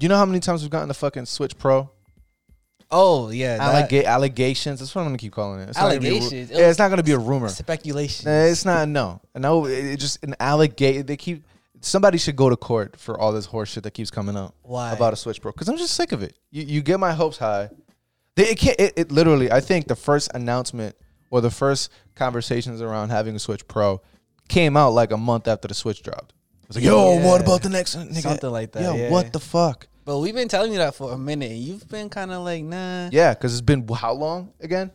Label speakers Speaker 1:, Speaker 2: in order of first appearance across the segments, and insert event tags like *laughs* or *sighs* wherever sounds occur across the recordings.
Speaker 1: You know how many times we've gotten the fucking Switch Pro
Speaker 2: Oh yeah, that-
Speaker 1: Allega- allegations? That's what I'm gonna keep calling it. It's not gonna be a ru-
Speaker 2: Allegations?
Speaker 1: yeah, it's not gonna be a rumor.
Speaker 2: speculation.
Speaker 1: Nah, it's not. No, no. It it just an allegation. They keep. Somebody should go to court for all this horse shit that keeps coming up.
Speaker 2: Why?
Speaker 1: about a Switch Pro? Because I'm just sick of it. You, you get my hopes high. They, it can't. It, it literally. I think the first announcement or the first conversations around having a Switch Pro came out like a month after the Switch dropped. It was like, yo,
Speaker 2: Yeah.
Speaker 1: what about the next one, nigga?
Speaker 2: Something like that,
Speaker 1: Yo,
Speaker 2: yeah.
Speaker 1: what the fuck?
Speaker 2: But we've been telling you that for a minute. and You've been kind of like, nah.
Speaker 1: Yeah, because it's been how long
Speaker 2: *laughs*
Speaker 1: again?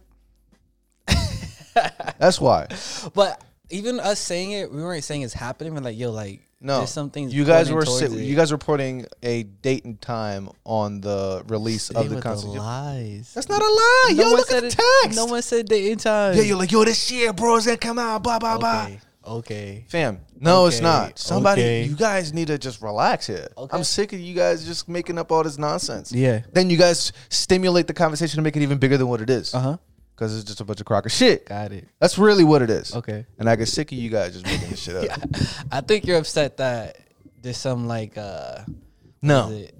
Speaker 1: That's why.
Speaker 2: But even us saying it, we weren't saying it's happening. We're like, yo, like,
Speaker 1: No,
Speaker 2: there's something.
Speaker 1: you guys
Speaker 2: pointing
Speaker 1: were
Speaker 2: towards
Speaker 1: si-
Speaker 2: it.
Speaker 1: you guys were putting a date and time on the release
Speaker 2: Stay
Speaker 1: of the
Speaker 2: with
Speaker 1: console.
Speaker 2: lies.
Speaker 1: That's not a lie. yo, look at
Speaker 2: said
Speaker 1: the
Speaker 2: it-
Speaker 1: text.
Speaker 2: No one said date and time.
Speaker 1: yeah, you're like yo, this year, bro, it's gonna come out. Blah blah blah.
Speaker 2: okay. Okay.
Speaker 1: Fam, no, it's
Speaker 2: Okay,
Speaker 1: not. Somebody,
Speaker 2: okay.
Speaker 1: you guys need to just relax here.
Speaker 2: Okay.
Speaker 1: I'm sick of you guys just making up all this nonsense.
Speaker 2: Yeah.
Speaker 1: Then you guys stimulate the conversation to make it even bigger than what it is.
Speaker 2: Uh huh.
Speaker 1: Because it's just a bunch of crock of shit.
Speaker 2: Got it.
Speaker 1: That's really what it is.
Speaker 2: Okay.
Speaker 1: And I get sick of you guys just making this shit
Speaker 2: *laughs*
Speaker 1: up.
Speaker 2: I think you're upset that there's some like uh
Speaker 1: No.
Speaker 2: is it-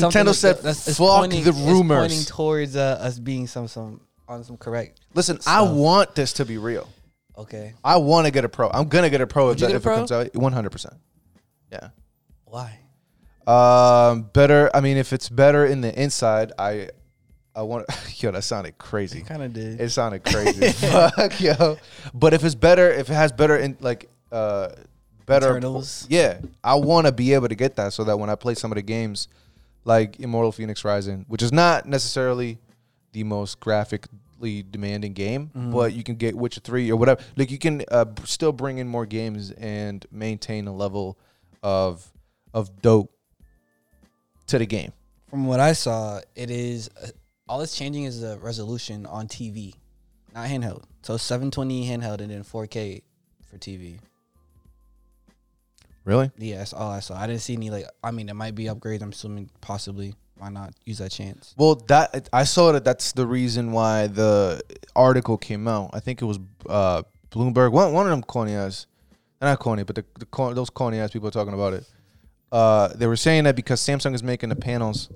Speaker 2: something
Speaker 1: Nintendo
Speaker 2: that-
Speaker 1: said,
Speaker 2: that's- it's
Speaker 1: "Fuck
Speaker 2: pointing-
Speaker 1: the
Speaker 2: it's pointing
Speaker 1: rumors."
Speaker 2: towards uh, us being some some on some correct.
Speaker 1: Listen, I want this to be real.
Speaker 2: Okay,
Speaker 1: I want to get a pro. I'm gonna get a pro if,
Speaker 2: you
Speaker 1: that-
Speaker 2: get a
Speaker 1: if
Speaker 2: pro?
Speaker 1: it comes out. 100. percent Yeah.
Speaker 2: why?
Speaker 1: Um, better. I mean, if it's better in the inside, I, I want. *laughs* Yo, that sounded crazy.
Speaker 2: Kind of did.
Speaker 1: It sounded crazy. as Fuck yo. But if it's better, if it has better in like uh better
Speaker 2: Internals.
Speaker 1: Yeah. I wanna be able to get that so that when I play some of the games like Immortal Phoenix Rising, which is not necessarily the most graphically demanding game, but you can get Witcher 3 or whatever. Like you can uh, b- still bring in more games and maintain a level of of dope to the game.
Speaker 2: From what I saw, it is uh, all it's changing is the resolution on TV, not handheld. So 720 handheld and then 4K for TV.
Speaker 1: Really?
Speaker 2: Yeah, that's all I saw. I didn't see any like. I mean, it might be upgrades. I'm assuming possibly. Why not use that chance?
Speaker 1: Well, that I saw that that's the reason why the article came out. I think it was uh, Bloomberg, one one of them corny ass, not corny, but the, the corny, those corny ass people talking about it. Uh, they were saying that because Samsung is making the panels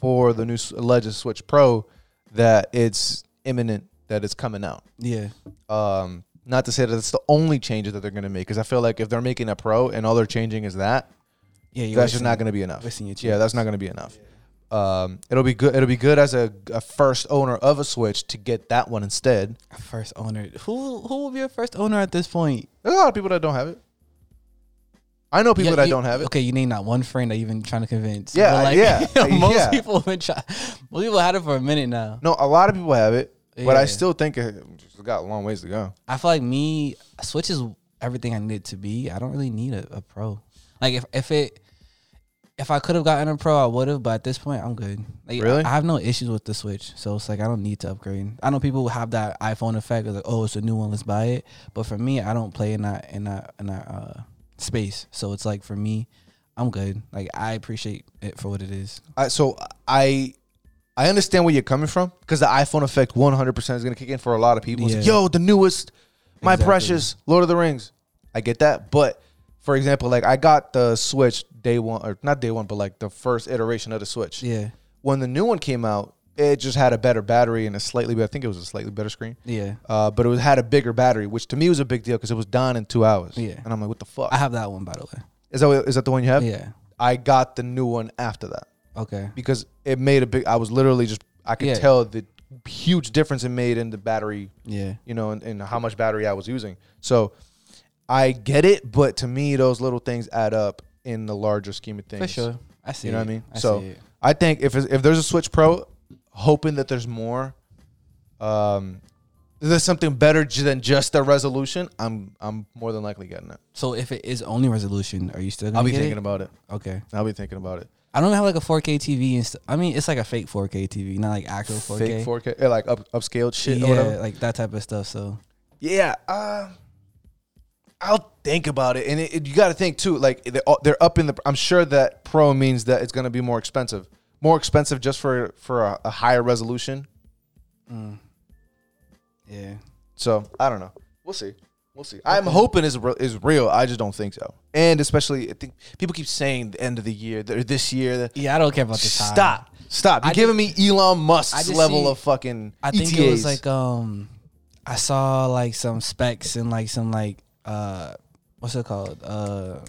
Speaker 1: for the new s- alleged Switch Pro, that it's imminent that it's coming out.
Speaker 2: Yeah.
Speaker 1: Um, not to say that it's the only changes that they're going to make, because I feel like if they're making a Pro and all they're changing is that,
Speaker 2: Yeah, you're
Speaker 1: that's
Speaker 2: wasting-
Speaker 1: just not going to be enough.
Speaker 2: wasting your
Speaker 1: Yeah, that's not going to be enough. Um, it'll be good. It'll be good as a, a first owner of a Switch to get that one instead.
Speaker 2: First owner. Who who will be your first owner at this point?
Speaker 1: There's a lot of people that don't have it. I know people
Speaker 2: Yeah,
Speaker 1: that
Speaker 2: you-
Speaker 1: don't have it.
Speaker 2: Okay, you need not one friend that you've been trying to convince.
Speaker 1: Yeah,
Speaker 2: But,
Speaker 1: yeah,
Speaker 2: *laughs* most
Speaker 1: yeah.
Speaker 2: people have been trying. Most people had it for a minute now.
Speaker 1: No, a lot of people have it, but
Speaker 2: Yeah.
Speaker 1: I still think it- it's got a long ways to go.
Speaker 2: I feel like me Switch is everything I need it to be. I don't really need a, a pro. Like if if it if I could have gotten a pro, I would have. But at this point, I'm good. Like,
Speaker 1: Really?
Speaker 2: I have no issues with the Switch, so it's like I don't need to upgrade. I know people have that iPhone effect of like, oh, it's a new one, let's buy it. But for me, I don't play in that in that in that uh, space, so it's like for me, I'm good. Like I appreciate it for what it is.
Speaker 1: I, so I, I understand where you're coming from because the iPhone effect 100 percent is going to kick in for a lot of people. It's like,
Speaker 2: Yeah.
Speaker 1: Yo, the newest, my
Speaker 2: Exactly.
Speaker 1: precious Lord of the Rings. I get that, but for example, like I got the Switch day one, or not day one, but like the first iteration of the Switch.
Speaker 2: Yeah,
Speaker 1: when the new one came out, it just had a better battery and a slightly better, I think it was a slightly better screen.
Speaker 2: yeah.
Speaker 1: Uh, but it was, had a bigger battery, which to me was a big deal because it was done in two hours.
Speaker 2: Yeah.
Speaker 1: And I'm like, what the fuck?
Speaker 2: I have that one by the way.
Speaker 1: is, that, what- is that the one you have?
Speaker 2: Yeah.
Speaker 1: I got the new one after that
Speaker 2: Okay.
Speaker 1: because it made a big, I was literally just, I could
Speaker 2: Yeah.
Speaker 1: tell the huge difference it made in the battery,
Speaker 2: Yeah.
Speaker 1: you know, and, and how much battery I was using. So I get it, but to me, those little things add up in the larger scheme of things.
Speaker 2: For sure. I see.
Speaker 1: You know
Speaker 2: it.
Speaker 1: what I mean?
Speaker 2: I
Speaker 1: so
Speaker 2: see it.
Speaker 1: I think if it's- if there's a Switch Pro, hoping that there's more, um, there's something better j- than just the resolution. I'm I'm more than likely getting it.
Speaker 2: So if it is only resolution, are you still gonna
Speaker 1: I'll be
Speaker 2: get
Speaker 1: thinking
Speaker 2: it?
Speaker 1: about it.
Speaker 2: Okay.
Speaker 1: I'll be thinking about it.
Speaker 2: I don't have like a 4K TV and st- I mean it's like a fake 4K TV, not like actual 4K.
Speaker 1: Fake 4K, eh, like up upscaled shit
Speaker 2: yeah,
Speaker 1: or whatever.
Speaker 2: like that type of stuff. So
Speaker 1: Yeah. Uh, I'll think about it, and it, it- you got to think too. Like they're, all- they're up in the. I'm sure that Pro means that it's going to be more expensive. More expensive just for for a, a higher resolution.
Speaker 2: yeah,
Speaker 1: So I don't know. We'll see. We'll see. I'm hoping is is real. I just don't think so. And especially, I think people keep saying the end of the year, th- or this year. The,
Speaker 2: Yeah, I don't care about the time.
Speaker 1: stop, stop. You're
Speaker 2: I
Speaker 1: giving me Elon Musk's
Speaker 2: just
Speaker 1: level
Speaker 2: see-
Speaker 1: of fucking.
Speaker 2: I think
Speaker 1: ETAs.
Speaker 2: it was like um, I saw like some specs and like some like uh, what's it called uh,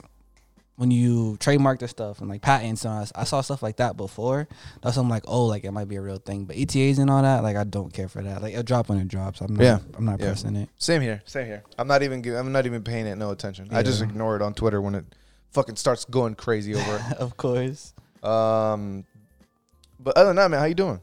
Speaker 2: when you trademark the stuff and like patents and all that. I saw stuff like that before. That's why I'm like, oh, like it might be a real thing. But ETAs and all that, like I don't care for that. Like it'll drop when it drops. I'm not,
Speaker 1: Yeah.
Speaker 2: I'm not
Speaker 1: Yeah.
Speaker 2: pressing it.
Speaker 1: Same here. Same here. I'm not even. gi- I'm not even paying it no attention. I
Speaker 2: Yeah.
Speaker 1: just ignore it on Twitter when it fucking starts going crazy over
Speaker 2: *laughs* of course,
Speaker 1: it. Um, but other than that, man, how you doing?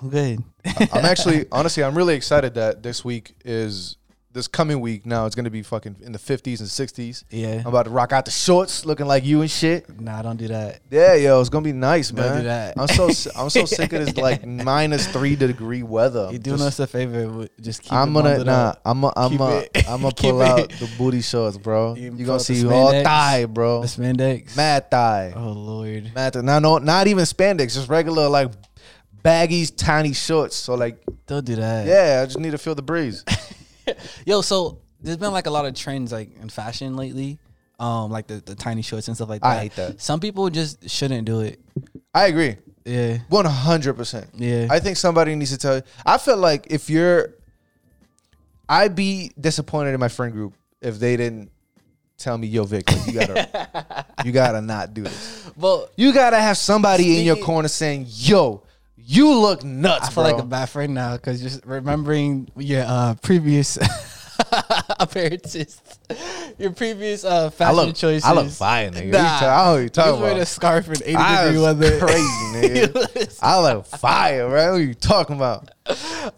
Speaker 2: I'm good.
Speaker 1: I'm
Speaker 2: *laughs*
Speaker 1: actually, honestly, I'm really excited that this week is this coming week. Now it's gonna be fucking in the 50s and 60s.
Speaker 2: Yeah.
Speaker 1: I'm about to rock out the shorts, looking like you and shit.
Speaker 2: *laughs* Nah, don't do that.
Speaker 1: Yeah, yo, it's gonna be nice,
Speaker 2: Don't
Speaker 1: man.
Speaker 2: do that.
Speaker 1: I'm so s- I'm
Speaker 2: *laughs*
Speaker 1: so sick of this like minus three degree weather.
Speaker 2: You're doing
Speaker 1: Just-
Speaker 2: us a favor. w- Just keep.
Speaker 1: I'm
Speaker 2: it
Speaker 1: gonna
Speaker 2: bundled
Speaker 1: nah.
Speaker 2: up.
Speaker 1: I'm a, I'm
Speaker 2: Keep
Speaker 1: a,
Speaker 2: it-
Speaker 1: I'm gonna
Speaker 2: *laughs* keep
Speaker 1: pull out
Speaker 2: it.
Speaker 1: the booty shorts, bro.
Speaker 2: You
Speaker 1: You
Speaker 2: pull
Speaker 1: gonna
Speaker 2: out the
Speaker 1: see all
Speaker 2: spandex.
Speaker 1: thigh, bro.
Speaker 2: The spandex.
Speaker 1: Mad thigh,
Speaker 2: Oh lord.
Speaker 1: mad thigh. Nah, no, not even spandex. Just regular like baggies, tiny shorts. So like,
Speaker 2: Don't do that.
Speaker 1: yeah, I just need to feel the breeze.
Speaker 2: Yo, so there's been like a lot of trends like in fashion lately. Um, like the, the tiny shorts and stuff like that.
Speaker 1: I hate that.
Speaker 2: Some people just shouldn't do it.
Speaker 1: I agree,
Speaker 2: Yeah.
Speaker 1: one hundred percent.
Speaker 2: Yeah.
Speaker 1: I think somebody needs to tell you. I feel like if you're, I'd be disappointed in my friend group if they didn't tell me, "Yo, Vic, like, you gotta,
Speaker 2: *laughs*
Speaker 1: you gotta not do this."
Speaker 2: well,
Speaker 1: You gotta have somebody in your
Speaker 2: Speaking-
Speaker 1: corner saying, "Yo, you look nuts,
Speaker 2: I feel
Speaker 1: bro."
Speaker 2: like a bad friend now because just remembering your uh, previous *laughs* appearances, your previous uh,
Speaker 1: I
Speaker 2: fashion
Speaker 1: look,
Speaker 2: choices.
Speaker 1: I look fine, nigga. Nah,
Speaker 2: Nah.
Speaker 1: you ta- I know what you
Speaker 2: You
Speaker 1: talking
Speaker 2: was wearing a
Speaker 1: about.
Speaker 2: scarf in 80
Speaker 1: I
Speaker 2: degree
Speaker 1: was
Speaker 2: weather. *laughs*
Speaker 1: crazy, nigga. I look fire, bro. What are you talking about?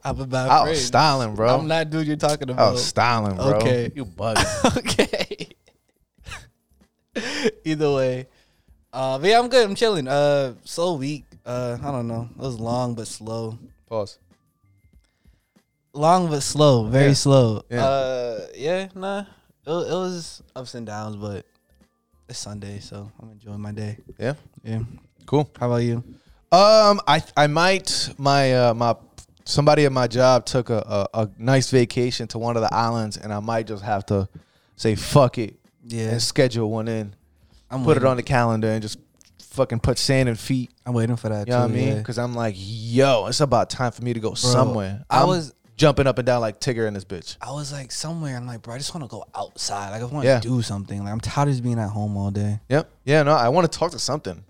Speaker 2: I'm a bad
Speaker 1: I
Speaker 2: friend.
Speaker 1: was styling, bro. Oh,
Speaker 2: I'm not dude you're talking
Speaker 1: I
Speaker 2: about.
Speaker 1: was styling, bro.
Speaker 2: Okay.
Speaker 1: You bugging.
Speaker 2: *laughs* okay. Either way. Uh, but yeah, I'm good. I'm chilling. Uh, so weak. Uh, I don't know. It was long but slow.
Speaker 1: Pause.
Speaker 2: Long but slow. Very
Speaker 1: Yeah.
Speaker 2: slow.
Speaker 1: Yeah.
Speaker 2: Uh, yeah. Nah. It, wa- it was ups and downs, but it's Sunday, so I'm enjoying my day.
Speaker 1: Yeah.
Speaker 2: Yeah.
Speaker 1: Cool.
Speaker 2: How about you?
Speaker 1: Um, I I might my uh my somebody at my job took a, a a nice vacation to one of the islands, and I might just have to say fuck it
Speaker 2: Yeah.
Speaker 1: and schedule one in,
Speaker 2: I'm
Speaker 1: put it
Speaker 2: waiting.
Speaker 1: on the calendar, and just fucking put sand and feet.
Speaker 2: I'm waiting for that.
Speaker 1: You know what I
Speaker 2: too,
Speaker 1: mean?
Speaker 2: yeah.
Speaker 1: Because I'm like, yo, it's about time for me to go somewhere.
Speaker 2: I
Speaker 1: I'm
Speaker 2: was-
Speaker 1: jumping up and down like Tigger in this bitch.
Speaker 2: I was like somewhere. I'm like, bro, I just want to go outside. Like I want to
Speaker 1: Yeah.
Speaker 2: do something. Like I'm tired of just being at home all day.
Speaker 1: Yep. Yeah. No, I want to talk to something.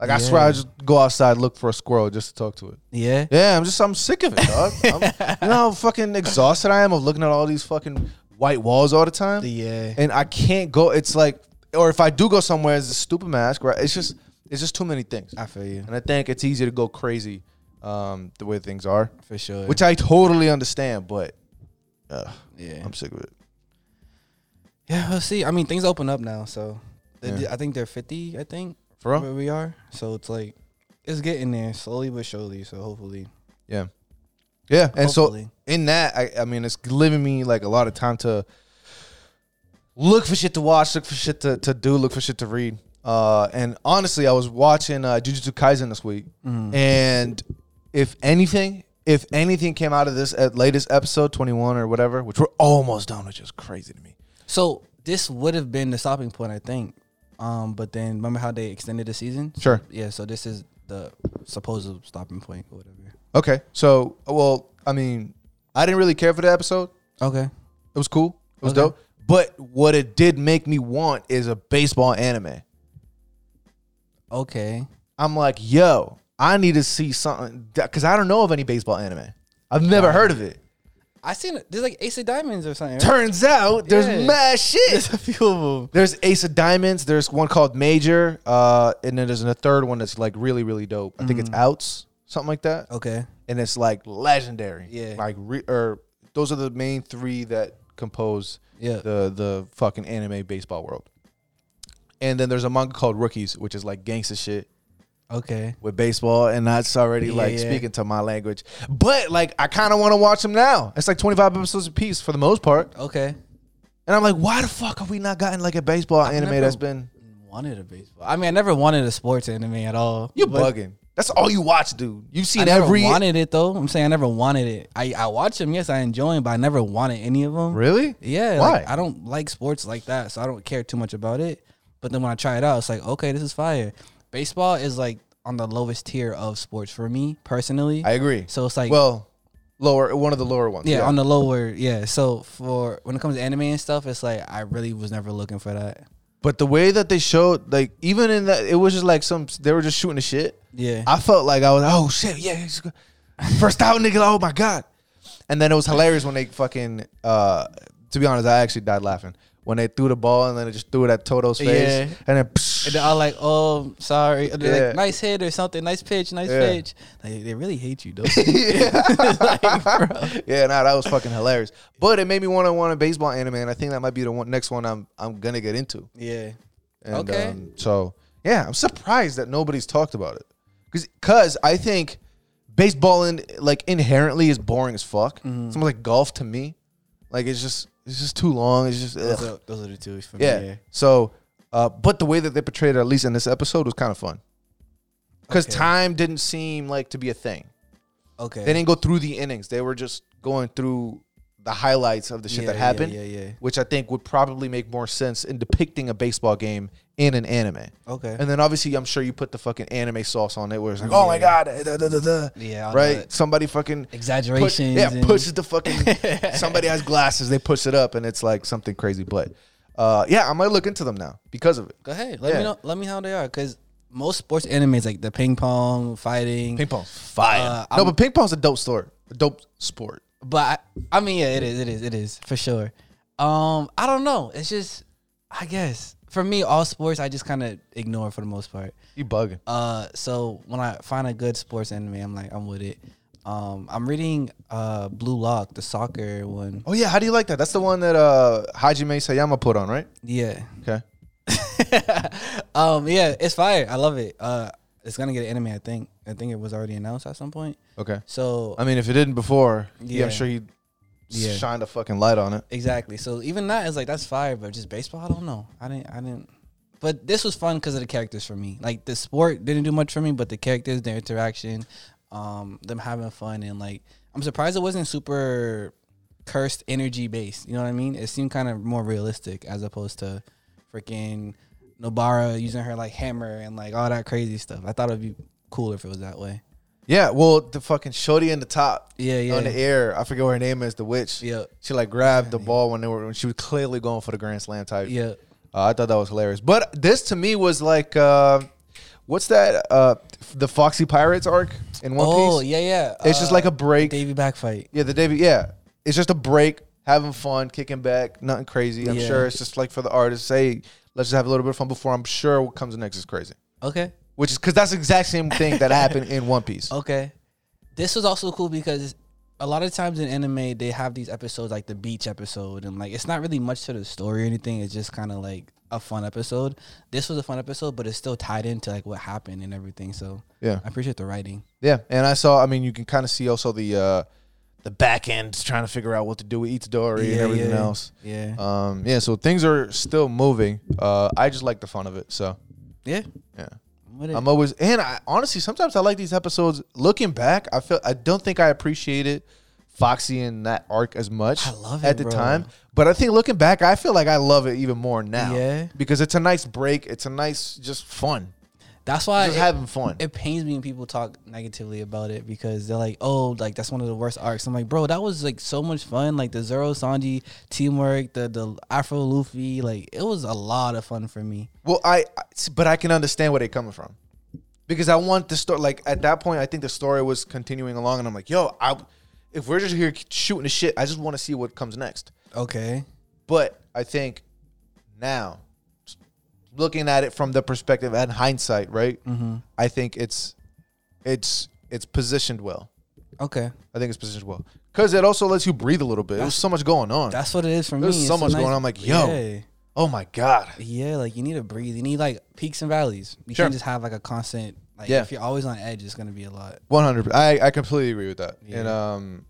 Speaker 1: Like I swear,
Speaker 2: Yeah.
Speaker 1: I just go outside look for a squirrel just to talk to it.
Speaker 2: Yeah.
Speaker 1: Yeah, I'm just I'm sick of it,
Speaker 2: *laughs*
Speaker 1: dog. I'm, you know how fucking exhausted I am of looking at all these fucking white walls all the time,
Speaker 2: Yeah.
Speaker 1: and I can't go. It's like, or if I do go somewhere, it's a stupid mask. Right? It's just it's just too many things,
Speaker 2: I feel you
Speaker 1: and I think it's easy to go crazy um, the way things are,
Speaker 2: for sure.
Speaker 1: which I totally understand. But uh,
Speaker 2: yeah,
Speaker 1: I'm sick of it.
Speaker 2: yeah. We'll see. I mean, things open up now, so they
Speaker 1: Yeah.
Speaker 2: did- I think they're fifty. I think
Speaker 1: For real?
Speaker 2: where we are, so it's like it's getting there slowly but surely. So hopefully,
Speaker 1: Yeah. Yeah. And
Speaker 2: Hopefully.
Speaker 1: so in that, I, I mean, it's giving me like a lot of time to look for shit to watch, look for shit to, to do, look for shit to read. Uh, and honestly, I was watching uh, Jujutsu Kaisen this week.
Speaker 2: Mm.
Speaker 1: And if anything, if anything came out of this at latest episode 21 or whatever, which we're almost done, which is crazy to me.
Speaker 2: so this would have been the stopping point, I think. Um, but then remember how they extended the season?
Speaker 1: Sure.
Speaker 2: Yeah. So this is the supposed stopping point or whatever.
Speaker 1: Okay. So, well, I mean, I didn't really care for the episode.
Speaker 2: Okay.
Speaker 1: It was cool. It was
Speaker 2: Okay.
Speaker 1: dope. But what it did make me want is a baseball anime.
Speaker 2: Okay.
Speaker 1: I'm like, yo, I need to see something because I don't know of any baseball anime. I've never heard of it.
Speaker 2: I seen it. There's like Ace of Diamonds or something. Right?
Speaker 1: Turns out there's
Speaker 2: Yeah.
Speaker 1: mad
Speaker 2: There's *laughs*
Speaker 1: shit.
Speaker 2: a few of them.
Speaker 1: There's Ace of Diamonds. There's one called Major, uh, and then there's a third one that's like really, really dope. I think it's Outs, something like that,
Speaker 2: Mm-hmm. Okay.
Speaker 1: and it's like legendary.
Speaker 2: Yeah.
Speaker 1: like re- or those are the main three that compose
Speaker 2: Yeah.
Speaker 1: the the fucking anime baseball world. And then there's a manga called Rookies, which is like gangster shit.
Speaker 2: Okay.
Speaker 1: with baseball, and that's already
Speaker 2: Yeah,
Speaker 1: like
Speaker 2: yeah.
Speaker 1: speaking to my language. But like, I kind of want to watch them now. It's like 25 episodes a piece for the most part,
Speaker 2: Okay.
Speaker 1: and I'm like, why the fuck have we not gotten like a baseball anime
Speaker 2: never-
Speaker 1: that's been?
Speaker 2: wanted a baseball. I mean, I never wanted a sports anime at all.
Speaker 1: You
Speaker 2: but
Speaker 1: bugging? That's all you watch, dude. You've
Speaker 2: I
Speaker 1: seen
Speaker 2: never
Speaker 1: every.
Speaker 2: wanted it though. I'm saying I never wanted it. I I watch them. Yes, I enjoy them, but I never wanted any of them.
Speaker 1: Really?
Speaker 2: Yeah.
Speaker 1: Why?
Speaker 2: like, I don't like sports like that, so I don't care too much about it. But then when I try it out, it's like, okay, this is fire. Baseball is like on the lowest tier of sports for me personally.
Speaker 1: I agree.
Speaker 2: so it's like,
Speaker 1: well, lower one of the lower ones.
Speaker 2: yeah, on the lower, yeah. So for when it comes to anime and stuff, it's like I really was never looking for that.
Speaker 1: but the way that they showed, like even in that, it was just like some. They were just shooting the shit.
Speaker 2: Yeah.
Speaker 1: I felt like I was, oh shit, yeah, it's good. first out, nigga. Oh my god. And then it was hilarious when they fucking. uh To be honest, I actually died laughing when they threw the ball and then they just threw it at Toto's face
Speaker 2: Yeah.
Speaker 1: and then.
Speaker 2: And they're all like, "Oh, sorry." Or they're
Speaker 1: Yeah.
Speaker 2: like, "Nice hit" or something. Nice pitch. Nice
Speaker 1: Yeah.
Speaker 2: pitch. Like, they really
Speaker 1: *laughs*
Speaker 2: hate you, though. Like, bro.
Speaker 1: yeah, nah, that was fucking hilarious. But it made me want to want a baseball anime, and I think that might be the one, next one I'm I'm gonna get into.
Speaker 2: Yeah.
Speaker 1: And,
Speaker 2: Okay.
Speaker 1: Um, so yeah, I'm surprised that nobody's talked about it because because I think baseball in like inherently is boring as fuck.
Speaker 2: Mm-hmm.
Speaker 1: Something like golf to me, like it's just it's just too long. It's just ugh.
Speaker 2: Those are, those are the two for
Speaker 1: yeah.
Speaker 2: me. Yeah.
Speaker 1: So, uh, but the way that they portrayed it, at least in this episode, was kind of fun because
Speaker 2: Okay.
Speaker 1: time didn't seem like to be a thing.
Speaker 2: Okay.
Speaker 1: They didn't go through the innings. They were just going through the highlights of the shit
Speaker 2: Yeah,
Speaker 1: that
Speaker 2: yeah,
Speaker 1: happened.
Speaker 2: yeah, yeah.
Speaker 1: Which I think would probably make more sense in depicting a baseball game in an anime.
Speaker 2: Okay.
Speaker 1: And then obviously, I'm sure you put the fucking anime sauce on it, where it's like, oh my god, eh, da, da, da, da.
Speaker 2: Yeah, all
Speaker 1: right.
Speaker 2: that.
Speaker 1: Somebody fucking push,
Speaker 2: Exaggerations.
Speaker 1: yeah,
Speaker 2: and-
Speaker 1: pushes the
Speaker 2: *laughs*
Speaker 1: fucking. somebody has glasses, they push it up, and it's like something crazy. But uh, yeah, I might look into them now because of it.
Speaker 2: Go ahead. Let
Speaker 1: Yeah.
Speaker 2: me know. Let me know how they are, because most sports animes like the ping pong fighting.
Speaker 1: Ping pong's fire.
Speaker 2: Uh,
Speaker 1: no,
Speaker 2: I'm-
Speaker 1: but ping pong's a dope sport. A dope sport.
Speaker 2: But I, I mean, yeah, it is, it is, it is for sure. Um, I don't know. It's just, I guess for me, all sports I just kind of ignore for the most part.
Speaker 1: You bugging?
Speaker 2: Uh, so when I find a good sports anime, I'm like, I'm with it. Um, I'm reading uh Blue Lock, the soccer one.
Speaker 1: Oh yeah, how do you like that? That's the one that uh, Hajime Sayama put on, right?
Speaker 2: Yeah.
Speaker 1: Okay.
Speaker 2: um, yeah, it's fire. I love it. Uh, it's gonna get an anime. I think. I think it was already announced at some point.
Speaker 1: Okay.
Speaker 2: So
Speaker 1: I mean, if it didn't before, yeah, I'm
Speaker 2: Yeah.
Speaker 1: sure he
Speaker 2: Yeah.
Speaker 1: shined a fucking light on it.
Speaker 2: Exactly. So even that is like that's fire, but just baseball, I don't know. I didn't I didn't but this was fun because of the characters for me. Like the sport didn't do much for me, but the characters, their interaction, um, them having fun and like I'm surprised it wasn't super cursed energy based. You know what I mean? It seemed kind of more realistic as opposed to freaking Nobara using her like hammer and like all that crazy stuff. I thought it'd be cooler if it was that way.
Speaker 1: Yeah. Well, the fucking shorty in the top.
Speaker 2: Yeah, yeah.
Speaker 1: On the air, I forget what her name is. The witch.
Speaker 2: Yeah.
Speaker 1: She like grabbed the ball when they were when she was clearly going for the grand slam type.
Speaker 2: Yeah.
Speaker 1: Uh, I thought that was hilarious. But this to me was like, uh, what's that? Uh, the Foxy Pirates arc in One
Speaker 2: Oh,
Speaker 1: Piece.
Speaker 2: yeah, yeah.
Speaker 1: It's just like a break.
Speaker 2: Davy back fight.
Speaker 1: Yeah, the day. be- Yeah, it's just a break, having fun, kicking back, nothing crazy. I'm
Speaker 2: Yeah.
Speaker 1: sure it's just like for the artists. Hey, let's just have a little bit of fun before. I'm sure what comes next is crazy,
Speaker 2: Okay.
Speaker 1: which is because that's the exact same thing that happened in One
Speaker 2: *laughs*
Speaker 1: Piece.
Speaker 2: Okay. This was also cool because a lot of times in anime they have these episodes like the beach episode and like it's not really much to the story or anything. It's just kind of like a fun episode. This was a fun episode, but it's still tied into like what happened and everything. So
Speaker 1: Yeah.
Speaker 2: I appreciate the writing.
Speaker 1: Yeah, and I saw. I mean, you can kind of see also the uh, the back end trying to figure out what to do with Itadori and everything
Speaker 2: yeah,
Speaker 1: else.
Speaker 2: Yeah.
Speaker 1: Um, yeah, so things are still moving. Uh, I just like the fun of it. So
Speaker 2: yeah.
Speaker 1: yeah.
Speaker 2: What it-
Speaker 1: I'm always and I honestly sometimes I like these episodes. Looking back, I feel I don't think I appreciated Foxy and that arc as much
Speaker 2: I love
Speaker 1: at
Speaker 2: it,
Speaker 1: the
Speaker 2: bro.
Speaker 1: time. But I think looking back, I feel like I love it even more now.
Speaker 2: Yeah.
Speaker 1: Because it's a nice break. It's a nice just fun.
Speaker 2: That's why
Speaker 1: Just
Speaker 2: it-
Speaker 1: having fun.
Speaker 2: it pains me when people talk negatively about it because they're like, "Oh, like that's one of the worst arcs." I'm like, "Bro, that was like so much fun. Like the Zoro Sanji teamwork, the the Afro Luffy, like it was a lot of fun for me."
Speaker 1: well, I I- but I can understand where they're coming from. Because I want the story like at that point I think the story was continuing along and I'm like, yo, I if we're just here shooting the shit, I just want to see what comes next.
Speaker 2: Okay.
Speaker 1: But I think now, looking at it from the perspective and hindsight, right?
Speaker 2: Mm-hmm.
Speaker 1: I think it's it's it's positioned well.
Speaker 2: Okay.
Speaker 1: I think it's positioned well because it also lets you breathe a little bit. There's so much going on.
Speaker 2: That's what it is for me.
Speaker 1: There's
Speaker 2: It's
Speaker 1: so
Speaker 2: a
Speaker 1: much going on. I'm like, yo.
Speaker 2: Yeah.
Speaker 1: Oh my god!
Speaker 2: Yeah, like you need to breathe. You need like peaks and valleys. You
Speaker 1: Sure.
Speaker 2: can't just have like a constant like
Speaker 1: Yeah.
Speaker 2: if you're always on edge, it's gonna be a lot.
Speaker 1: One hundred. I I completely agree with that. And um,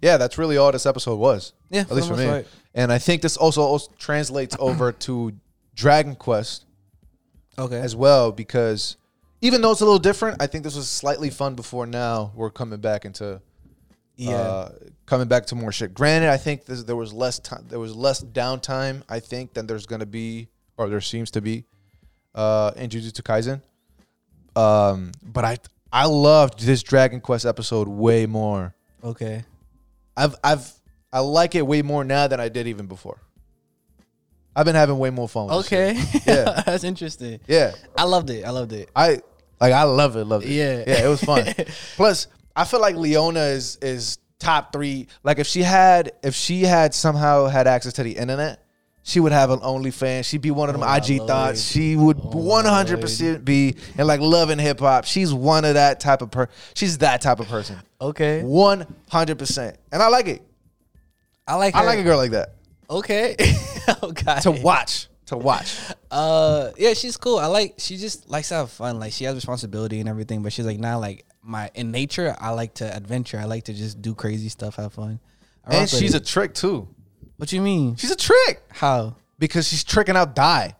Speaker 1: yeah, that's really all this episode was.
Speaker 2: Yeah,
Speaker 1: at
Speaker 2: for
Speaker 1: least
Speaker 2: the
Speaker 1: for
Speaker 2: most
Speaker 1: me.
Speaker 2: part.
Speaker 1: And I think this also, also translates over to Dragon Quest
Speaker 2: Okay.
Speaker 1: as well because even though it's a little different, I think this was slightly fun before now. We're coming back into
Speaker 2: Yeah.
Speaker 1: uh, coming back to more shit. Granted, I think this, there was less time, there was less downtime, I think, than there's gonna be or there seems to be uh, in Jujutsu Kaisen. Um, but I I loved this Dragon Quest episode way more.
Speaker 2: okay.
Speaker 1: I've I've I like it way more now than I did even before. I've been having way more fun. With this Oh, shit.
Speaker 2: Okay.
Speaker 1: Yeah.
Speaker 2: *laughs* That's interesting.
Speaker 1: Yeah.
Speaker 2: I loved it. I loved it.
Speaker 1: I like I love it, love it.
Speaker 2: Yeah.
Speaker 1: Yeah, it was *laughs* fun. Plus, I feel like Leona is is top three. Like if she had if she had somehow had access to the internet, she would have an OnlyFans. She'd be one of them
Speaker 2: my
Speaker 1: IG
Speaker 2: lord.
Speaker 1: thoughts. She would
Speaker 2: my
Speaker 1: one hundred percent be and like loving hip hop. She's one of that type of per she's that type of person.
Speaker 2: Okay.
Speaker 1: One hundred percent. And I like it.
Speaker 2: I like.
Speaker 1: I
Speaker 2: her.
Speaker 1: like a girl like that.
Speaker 2: Okay. *laughs* oh God.
Speaker 1: To watch. To watch.
Speaker 2: Uh, yeah, she's cool. I like. She just likes to have fun. Like she has responsibility and everything, but she's like not like my in nature. I like to adventure. I like to just do crazy stuff, have fun. I
Speaker 1: And
Speaker 2: rock with
Speaker 1: she's a
Speaker 2: it.
Speaker 1: trick too.
Speaker 2: What you mean?
Speaker 1: She's a trick.
Speaker 2: How?
Speaker 1: because she's tricking out Die.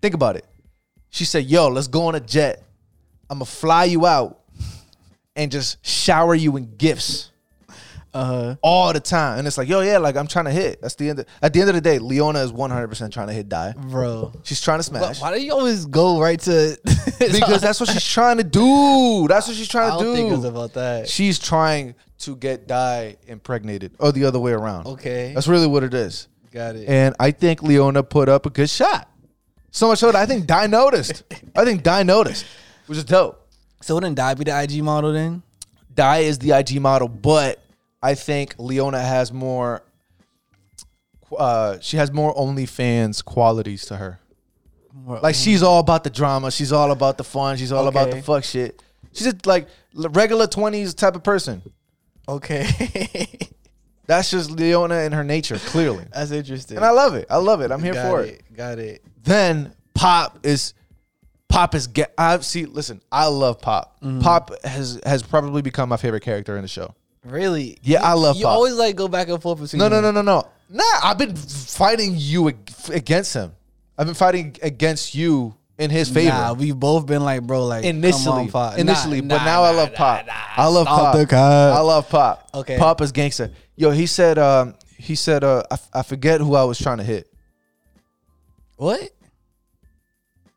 Speaker 1: Think about it. She said, "Yo, let's go on a jet. I'm gonna fly you out and just shower you in gifts
Speaker 2: Uh.
Speaker 1: all the time." And it's like, "Yo, yeah, like I'm trying to hit." That's the end. Of, at the end of the day, Leona is 100 percent trying to hit Die.
Speaker 2: Bro,
Speaker 1: She's trying to
Speaker 2: but
Speaker 1: smash
Speaker 2: why do you always go right to? *laughs*
Speaker 1: because that's what she's trying to do. That's what she's
Speaker 2: I
Speaker 1: trying
Speaker 2: don't
Speaker 1: to do.
Speaker 2: think it was about that.
Speaker 1: she's trying to get Die impregnated, or the other way around.
Speaker 2: Okay.
Speaker 1: that's really what it is.
Speaker 2: Got it.
Speaker 1: And I think Leona put up a good shot. So much so that I think Di
Speaker 2: *laughs*
Speaker 1: noticed. I think Di noticed, which is dope.
Speaker 2: so wouldn't Di be the IG model then?
Speaker 1: Di is the IG model, but I think Leona has more. Uh, she has more OnlyFans qualities to her. Like she's all about the drama. She's all about the fun. She's all about
Speaker 2: Okay.
Speaker 1: the fuck shit. She's just like l- regular twenties type of person.
Speaker 2: okay,
Speaker 1: That's just Leona and her nature,
Speaker 2: *laughs*
Speaker 1: clearly.
Speaker 2: *laughs* that's interesting.
Speaker 1: And I love it. I love it. I'm here
Speaker 2: Got
Speaker 1: for it.
Speaker 2: it. Got it.
Speaker 1: then pop is pop is get i see listen i love pop
Speaker 2: Mm-hmm.
Speaker 1: pop has has probably become my favorite character in the show
Speaker 2: Really?
Speaker 1: Yeah, I love
Speaker 2: You
Speaker 1: Pop.
Speaker 2: always like go back and forth between.
Speaker 1: no no
Speaker 2: them.
Speaker 1: no no no nah i've been fighting you ag- against him i've been fighting against you in his favor
Speaker 2: Nah, we've both been like, bro, like come on,
Speaker 1: initially
Speaker 2: Pop. Nah,
Speaker 1: initially but
Speaker 2: nah,
Speaker 1: now i
Speaker 2: nah,
Speaker 1: love
Speaker 2: nah,
Speaker 1: pop
Speaker 2: nah.
Speaker 1: i love
Speaker 2: Stop
Speaker 1: pop
Speaker 2: the cut.
Speaker 1: i love pop
Speaker 2: Okay.
Speaker 1: pop is gangster yo he said um he said uh I, f- I forget who i was trying to hit
Speaker 2: What?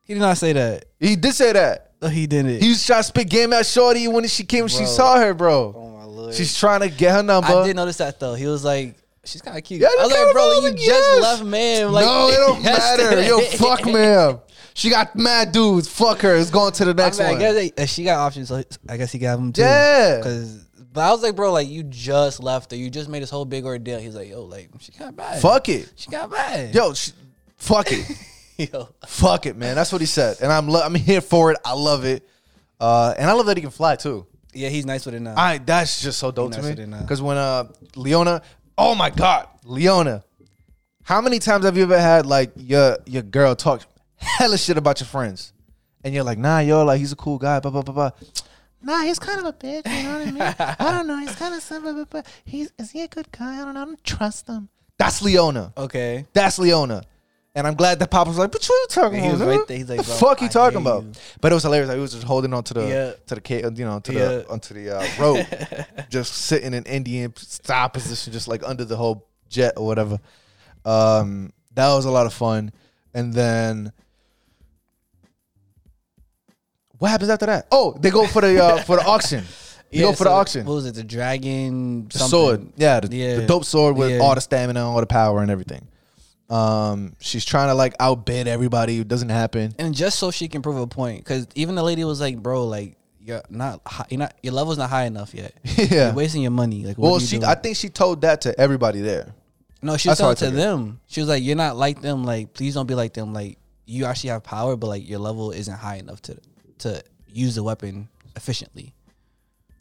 Speaker 2: He did not say that.
Speaker 1: he did say that
Speaker 2: No, he didn't.
Speaker 1: he was trying to spit game at shorty when she came she
Speaker 2: Bro.
Speaker 1: saw her bro
Speaker 2: oh my lord.
Speaker 1: She's trying to get her number.
Speaker 2: I did notice that though. He was like, she's kind of cute.
Speaker 1: Yeah,
Speaker 2: I was
Speaker 1: kinda
Speaker 2: like, bro,
Speaker 1: was
Speaker 2: you
Speaker 1: like,
Speaker 2: just
Speaker 1: yes.
Speaker 2: left man. Like,
Speaker 1: no, it
Speaker 2: *laughs*
Speaker 1: don't matter.
Speaker 2: yesterday.
Speaker 1: Yo,
Speaker 2: *laughs*
Speaker 1: fuck ma'am. She got mad dudes. Fuck her. It's going to the
Speaker 2: I,
Speaker 1: next
Speaker 2: mean, I
Speaker 1: one.
Speaker 2: guess they, uh, she got options. So I guess he got them too.
Speaker 1: Yeah.
Speaker 2: Cause, but I was like, bro, like you just left her. You just made this whole big ordeal. He's like, yo, like she got bad.
Speaker 1: Fuck it.
Speaker 2: She got bad.
Speaker 1: Yo, sh- fuck it.
Speaker 2: *laughs* yo.
Speaker 1: fuck it, man. That's what he said. And I'm lo- I'm here for it. I love it. Uh, and I love that he can fly too.
Speaker 2: Yeah, he's nice with it now.
Speaker 1: I that's just so dope to
Speaker 2: nicer
Speaker 1: me.
Speaker 2: than that.
Speaker 1: Because when uh Leona, oh my god, Leona, how many times have you ever had like your your girl talk hella shit about your friends, and you're like, nah, yo, like he's a cool guy, blah blah blah blah. Nah, he's kind of a bitch. You know what I mean? I don't know. He's kind of simple, but, but he's is he a good guy? I don't know. I don't trust him. That's Leona.
Speaker 2: okay.
Speaker 1: That's Leona. And I'm glad that Pop was like, "But what you talking
Speaker 2: He
Speaker 1: about?
Speaker 2: was
Speaker 1: nigga?
Speaker 2: right there. He's like,
Speaker 1: the
Speaker 2: "Bro,
Speaker 1: fuck you
Speaker 2: I
Speaker 1: talking
Speaker 2: hear
Speaker 1: about?"
Speaker 2: you.
Speaker 1: But it was hilarious. Like, he was just holding on to the
Speaker 2: Yeah.
Speaker 1: to the ca- you know to the
Speaker 2: Yeah.
Speaker 1: onto the uh,
Speaker 2: *laughs*
Speaker 1: rope, just sitting in Indian style position, just like under the whole jet or whatever. Um, that was a lot of fun. And then what happens after that? Oh, they go for the uh, for the
Speaker 2: *laughs*
Speaker 1: auction. They go for the
Speaker 2: so
Speaker 1: auction.
Speaker 2: What was it? The dragon
Speaker 1: The
Speaker 2: something.
Speaker 1: sword. Yeah the,
Speaker 2: Yeah.
Speaker 1: the dope sword with
Speaker 2: Yeah.
Speaker 1: all the stamina, all the power, and everything. Um, she's trying to like outbid everybody. It doesn't happen.
Speaker 2: And just so she can prove a point, because even the lady was like, "Bro, like you're not, high, you're not, your level's not high enough yet.
Speaker 1: *laughs* yeah.
Speaker 2: You're wasting your money. Like, what
Speaker 1: Well,
Speaker 2: are you
Speaker 1: she.
Speaker 2: doing?"
Speaker 1: I think she told that to everybody there.
Speaker 2: no, she
Speaker 1: that's how I
Speaker 2: said to
Speaker 1: took it.
Speaker 2: them. She was like, "You're not like them. Like, please don't be like them. Like, you actually have power, but like your level isn't high enough to to use the weapon efficiently."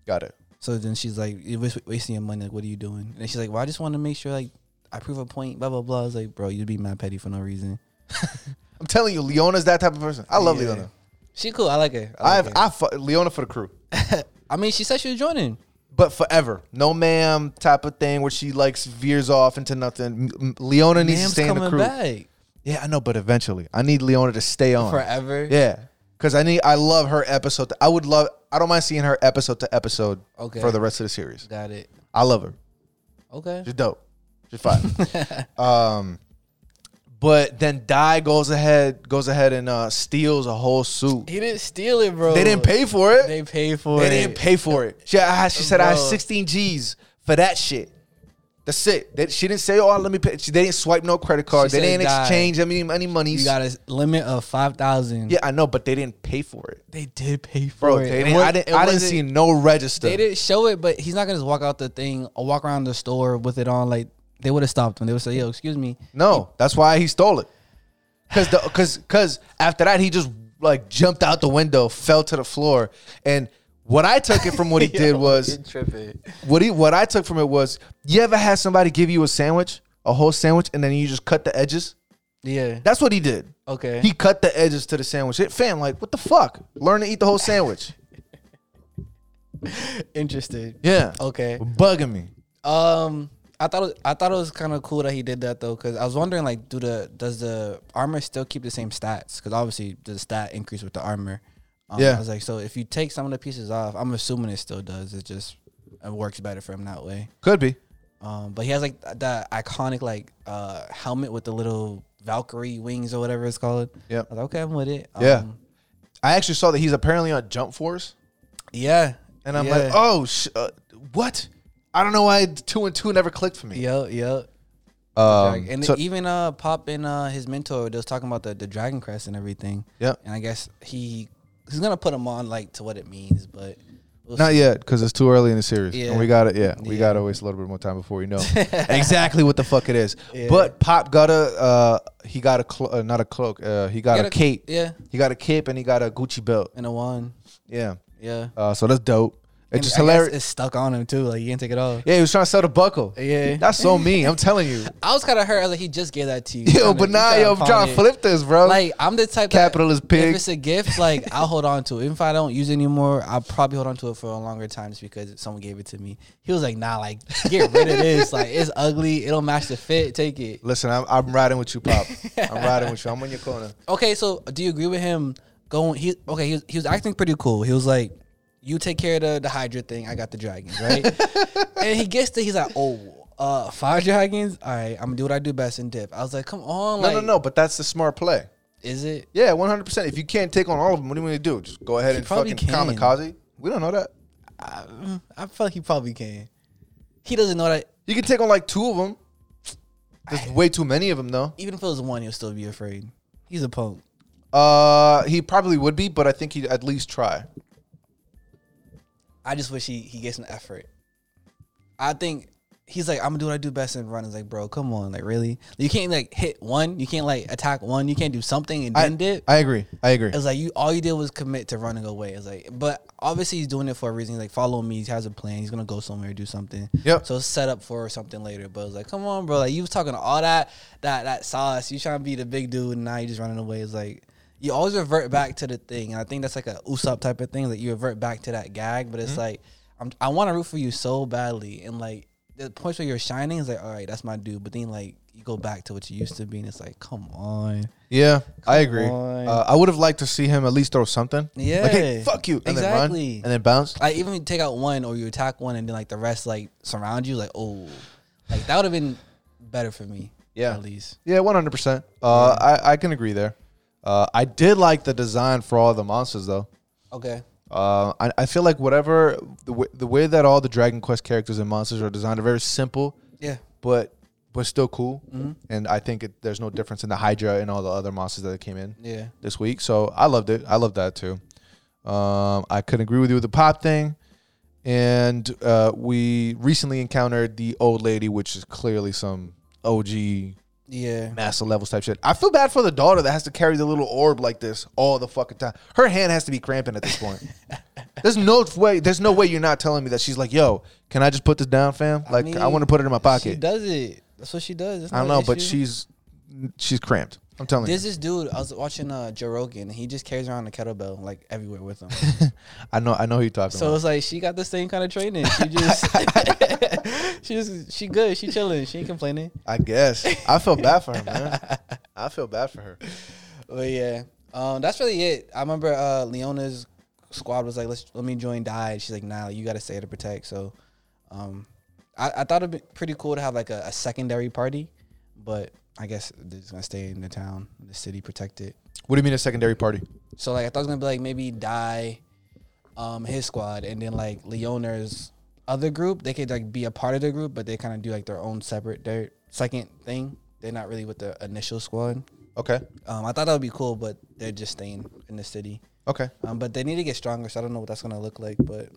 Speaker 1: Got it.
Speaker 2: So then she's like, "You're was- wasting your money. Like, what are you doing?" And then she's like, "Well, I just want to make sure like I prove a point. Blah blah blah." I was like, "Bro, you'd be mad petty for no reason."
Speaker 1: I'm telling you, Leona's that type of person. I love
Speaker 2: Yeah.
Speaker 1: Leona.
Speaker 2: She cool. I like her.
Speaker 1: I
Speaker 2: I, like
Speaker 1: have
Speaker 2: her.
Speaker 1: I fu- Leona for the crew,
Speaker 2: I mean, she said she was joining.
Speaker 1: but forever. No ma'am type of thing where she like veers off into nothing. M- M- Leona needs
Speaker 2: Nam's
Speaker 1: to stay in the
Speaker 2: coming
Speaker 1: crew.
Speaker 2: back
Speaker 1: Yeah, I know, but eventually I need Leona to stay on
Speaker 2: forever.
Speaker 1: Yeah, Because I need, I love her episode. to- I would love, I don't mind seeing her episode to episode
Speaker 2: Okay.
Speaker 1: for the rest of the series.
Speaker 2: Got it.
Speaker 1: I love her.
Speaker 2: Okay.
Speaker 1: She's dope. She's fine.
Speaker 2: *laughs*
Speaker 1: um, but then Die goes ahead, goes ahead and uh, steals a whole suit.
Speaker 2: He didn't steal it, bro.
Speaker 1: They didn't pay for it.
Speaker 2: They paid for
Speaker 1: They
Speaker 2: it.
Speaker 1: didn't pay for it. She, I, she said I had
Speaker 2: Bro.
Speaker 1: 16 G's for that shit. That's it. That she didn't say, "Oh, let me pay." She, they didn't swipe no credit card.
Speaker 2: She
Speaker 1: they
Speaker 2: said,
Speaker 1: didn't
Speaker 2: "Die."
Speaker 1: exchange any any monies.
Speaker 2: You got a limit of five thousand.
Speaker 1: yeah, I know, but they didn't pay for it,
Speaker 2: They did pay for
Speaker 1: bro.
Speaker 2: it.
Speaker 1: They
Speaker 2: And
Speaker 1: didn't,
Speaker 2: what-
Speaker 1: I didn't.
Speaker 2: and
Speaker 1: I
Speaker 2: was
Speaker 1: didn't
Speaker 2: it-
Speaker 1: see no register.
Speaker 2: They didn't show it, but he's not gonna just walk out the thing or walk around the store with it on. Like they would have stopped him. They would say, "Yo, excuse me."
Speaker 1: No, that's why he stole it. Cause the cause cause after that he just like jumped out the window, fell to the floor, and what I took it from what
Speaker 2: *laughs*
Speaker 1: he did was
Speaker 2: tripping.
Speaker 1: what he what I took from it was you ever had somebody give you a sandwich, a whole sandwich, and then you just cut the edges.
Speaker 2: Yeah.
Speaker 1: That's what he did.
Speaker 2: Okay.
Speaker 1: He cut the edges to the sandwich. It, fam, like what the fuck? Learn to eat the
Speaker 2: *laughs*
Speaker 1: whole sandwich.
Speaker 2: Interested.
Speaker 1: Yeah,
Speaker 2: Okay.
Speaker 1: bugging me.
Speaker 2: Um, I thought it, I thought it was kind of cool that he did that though, because I was wondering like, do the does the armor still keep the same stats? Because obviously the stat increase with the armor. Um,
Speaker 1: Yeah.
Speaker 2: I was like, so if you take some of the pieces off, I'm assuming it still does. It just it works better for him that way.
Speaker 1: Could be.
Speaker 2: Um, but he has like th- that iconic like uh helmet with the little Valkyrie wings or whatever it's called.
Speaker 1: Yep.
Speaker 2: I was like, okay, I'm with it. Um,
Speaker 1: Yeah. I actually saw that he's apparently on Jump Force.
Speaker 2: yeah.
Speaker 1: And I'm
Speaker 2: yeah.
Speaker 1: like, oh, sh- uh, what? I don't know why two and two never clicked for me.
Speaker 2: Yo, yo.
Speaker 1: Um,
Speaker 2: and
Speaker 1: so-
Speaker 2: even uh Pop and uh his mentor they was talking about the, the Dragon Crest and everything.
Speaker 1: Yeah.
Speaker 2: And I guess he he's gonna put him on like to what it means, but we'll
Speaker 1: not yet because it's too early in the series.
Speaker 2: Yeah.
Speaker 1: And we got it. Yeah, we
Speaker 2: Yeah.
Speaker 1: got to waste a little bit more time before
Speaker 2: *laughs*
Speaker 1: we know exactly what the fuck it is.
Speaker 2: Yeah.
Speaker 1: But Pop got a uh, he got a clo- uh, not a cloak. Uh, he got,
Speaker 2: Got
Speaker 1: a,
Speaker 2: a-
Speaker 1: cape.
Speaker 2: yeah.
Speaker 1: he got a cape and he got a Gucci belt.
Speaker 2: and a one.
Speaker 1: Yeah.
Speaker 2: Yeah.
Speaker 1: Uh, so that's dope. It's
Speaker 2: And
Speaker 1: just
Speaker 2: I guess
Speaker 1: hilarious.
Speaker 2: It's stuck on him too. Like you can't take it off.
Speaker 1: yeah, he was trying to sell the buckle.
Speaker 2: Yeah.
Speaker 1: that's so mean. I'm telling
Speaker 2: *laughs*
Speaker 1: you, *laughs*
Speaker 2: I was kind of hurt. I was like, he just gave that to you.
Speaker 1: yo.
Speaker 2: Kinda-
Speaker 1: But
Speaker 2: you
Speaker 1: now,
Speaker 2: kinda
Speaker 1: yo, I'm
Speaker 2: pawned
Speaker 1: trying to
Speaker 2: it.
Speaker 1: flip this, bro.
Speaker 2: Like I'm the type
Speaker 1: Capitalist
Speaker 2: that,
Speaker 1: pig.
Speaker 2: If it's a gift, like I'll hold on to it. Even if I don't use it anymore, I'll probably hold on to it for a longer time just because someone gave it to me. He was like, nah, like get rid of this. Like it's ugly. It don't match the fit. Take it.
Speaker 1: Listen, I'm, I'm riding with you, Pop. I'm riding with you. I'm on your corner.
Speaker 2: Okay, so do you agree with him going? He okay. He was, he was acting pretty cool. He was like, "You take care of the, the Hydra thing. I got the dragons, right?"
Speaker 1: *laughs*
Speaker 2: and he gets to he's like, "Oh, uh, five dragons. All right, I'm gonna do what I do best and dip." I was like, "Come on,
Speaker 1: No,
Speaker 2: like,
Speaker 1: no, no. But that's the smart play.
Speaker 2: Is it?
Speaker 1: Yeah, one hundred percent. If you can't take on all of them, what do you want to do? Just go ahead and
Speaker 2: probably
Speaker 1: fucking
Speaker 2: can.
Speaker 1: kamikaze. We don't know that.
Speaker 2: I, mm, I feel like he probably can. He doesn't know that.
Speaker 1: You can take on like two of them. There's way too many of them though.
Speaker 2: Even if it was one, he'll still be afraid. He's a punk.
Speaker 1: Uh, he probably would be, but I think he'd at least try.
Speaker 2: I just wish he he gets an effort. I think he's like, I'm gonna do what I do best and run. It's like, bro, come on, like really? You can't like hit one, you can't like attack one, you can't do something and
Speaker 1: I,
Speaker 2: then dip.
Speaker 1: I agree. I agree.
Speaker 2: It's like you all you did was commit to running away. It's like, but obviously he's doing it for a reason. He's like, follow me. He has a plan. He's gonna go somewhere, do something.
Speaker 1: Yep.
Speaker 2: So it's set up for something later. But it's like, come on, bro. Like you was talking all that that that sauce. You trying to be the big dude, and now you just running away. It's like you always revert back to the thing, and I think that's like a Usopp type of thing. Like you revert back to that gag, but it's like I'm, I want to root for you so badly, and like the points where you're shining is like, all right, that's my dude. But then like you go back to what you used to be, and it's like, come on.
Speaker 1: Yeah, I agree.
Speaker 2: on.
Speaker 1: Uh, I would have liked to see him at least throw something. like, hey,
Speaker 2: Yeah.
Speaker 1: fuck you, and then
Speaker 2: Exactly.
Speaker 1: run, and then bounce.
Speaker 2: like even if you take out one or you attack one and then like the rest like surround you like oh like that would have been better for me
Speaker 1: Yeah.
Speaker 2: at least
Speaker 1: Yeah, one hundred percent. Uh, I I can agree there. Uh, I did like the design for all the monsters though.
Speaker 2: okay
Speaker 1: Uh, I, I feel like whatever the, w- the way that all the Dragon Quest characters and monsters are designed are very simple,
Speaker 2: yeah
Speaker 1: but but still cool. And I think it, there's no difference in the Hydra and all the other monsters that came in
Speaker 2: yeah
Speaker 1: this week. So I loved it. I loved that too. Um, I could agree with you with the pop thing. And uh, we recently encountered the old lady, which is clearly some OG
Speaker 2: yeah
Speaker 1: master levels type shit. I feel bad for the daughter that has to carry the little orb like this all the fucking time. Her hand has to be cramping at this
Speaker 2: *laughs*
Speaker 1: point. there's no way. There's no way you're not telling me that she's like, "Yo, can I just put this down, fam? Like, I,
Speaker 2: mean,
Speaker 1: want to put it in my
Speaker 2: she
Speaker 1: pocket."
Speaker 2: does it that's what she does It's
Speaker 1: I don't
Speaker 2: not
Speaker 1: know,
Speaker 2: an
Speaker 1: but
Speaker 2: issue.
Speaker 1: she's she's cramped. I'm telling
Speaker 2: there's this dude I was watching uh Joe Rogan and he just carries around a kettlebell like everywhere with
Speaker 1: *laughs*
Speaker 2: him
Speaker 1: you. I know. I know who you're talking
Speaker 2: so
Speaker 1: about.
Speaker 2: it's like she got the same kind of training
Speaker 1: *laughs*
Speaker 2: she just *laughs* she just she good she chilling she ain't complaining *laughs*
Speaker 1: I guess I feel bad for her, man. I feel bad for her.
Speaker 2: but yeah Um, that's really it. I remember uh, Leona's squad was like, "Let's let me join Die." And she's like, "Nah, you got to stay to protect." So, um, I, I thought it'd be pretty cool to have like a, a secondary party, but I guess they're just gonna stay in the town, the city, protected.
Speaker 1: What do you mean a secondary party?
Speaker 2: So like, I thought it was gonna be like maybe Die, um, his squad, and then like Leona's other group. They could like be a part of the group, but they kind of do like their own separate, their second thing. They're not really with the initial squad.
Speaker 1: Okay.
Speaker 2: Um, I thought that would be cool, but they're just staying in the city.
Speaker 1: Okay.
Speaker 2: Um, but they need to get stronger, so I don't know what that's gonna look like. But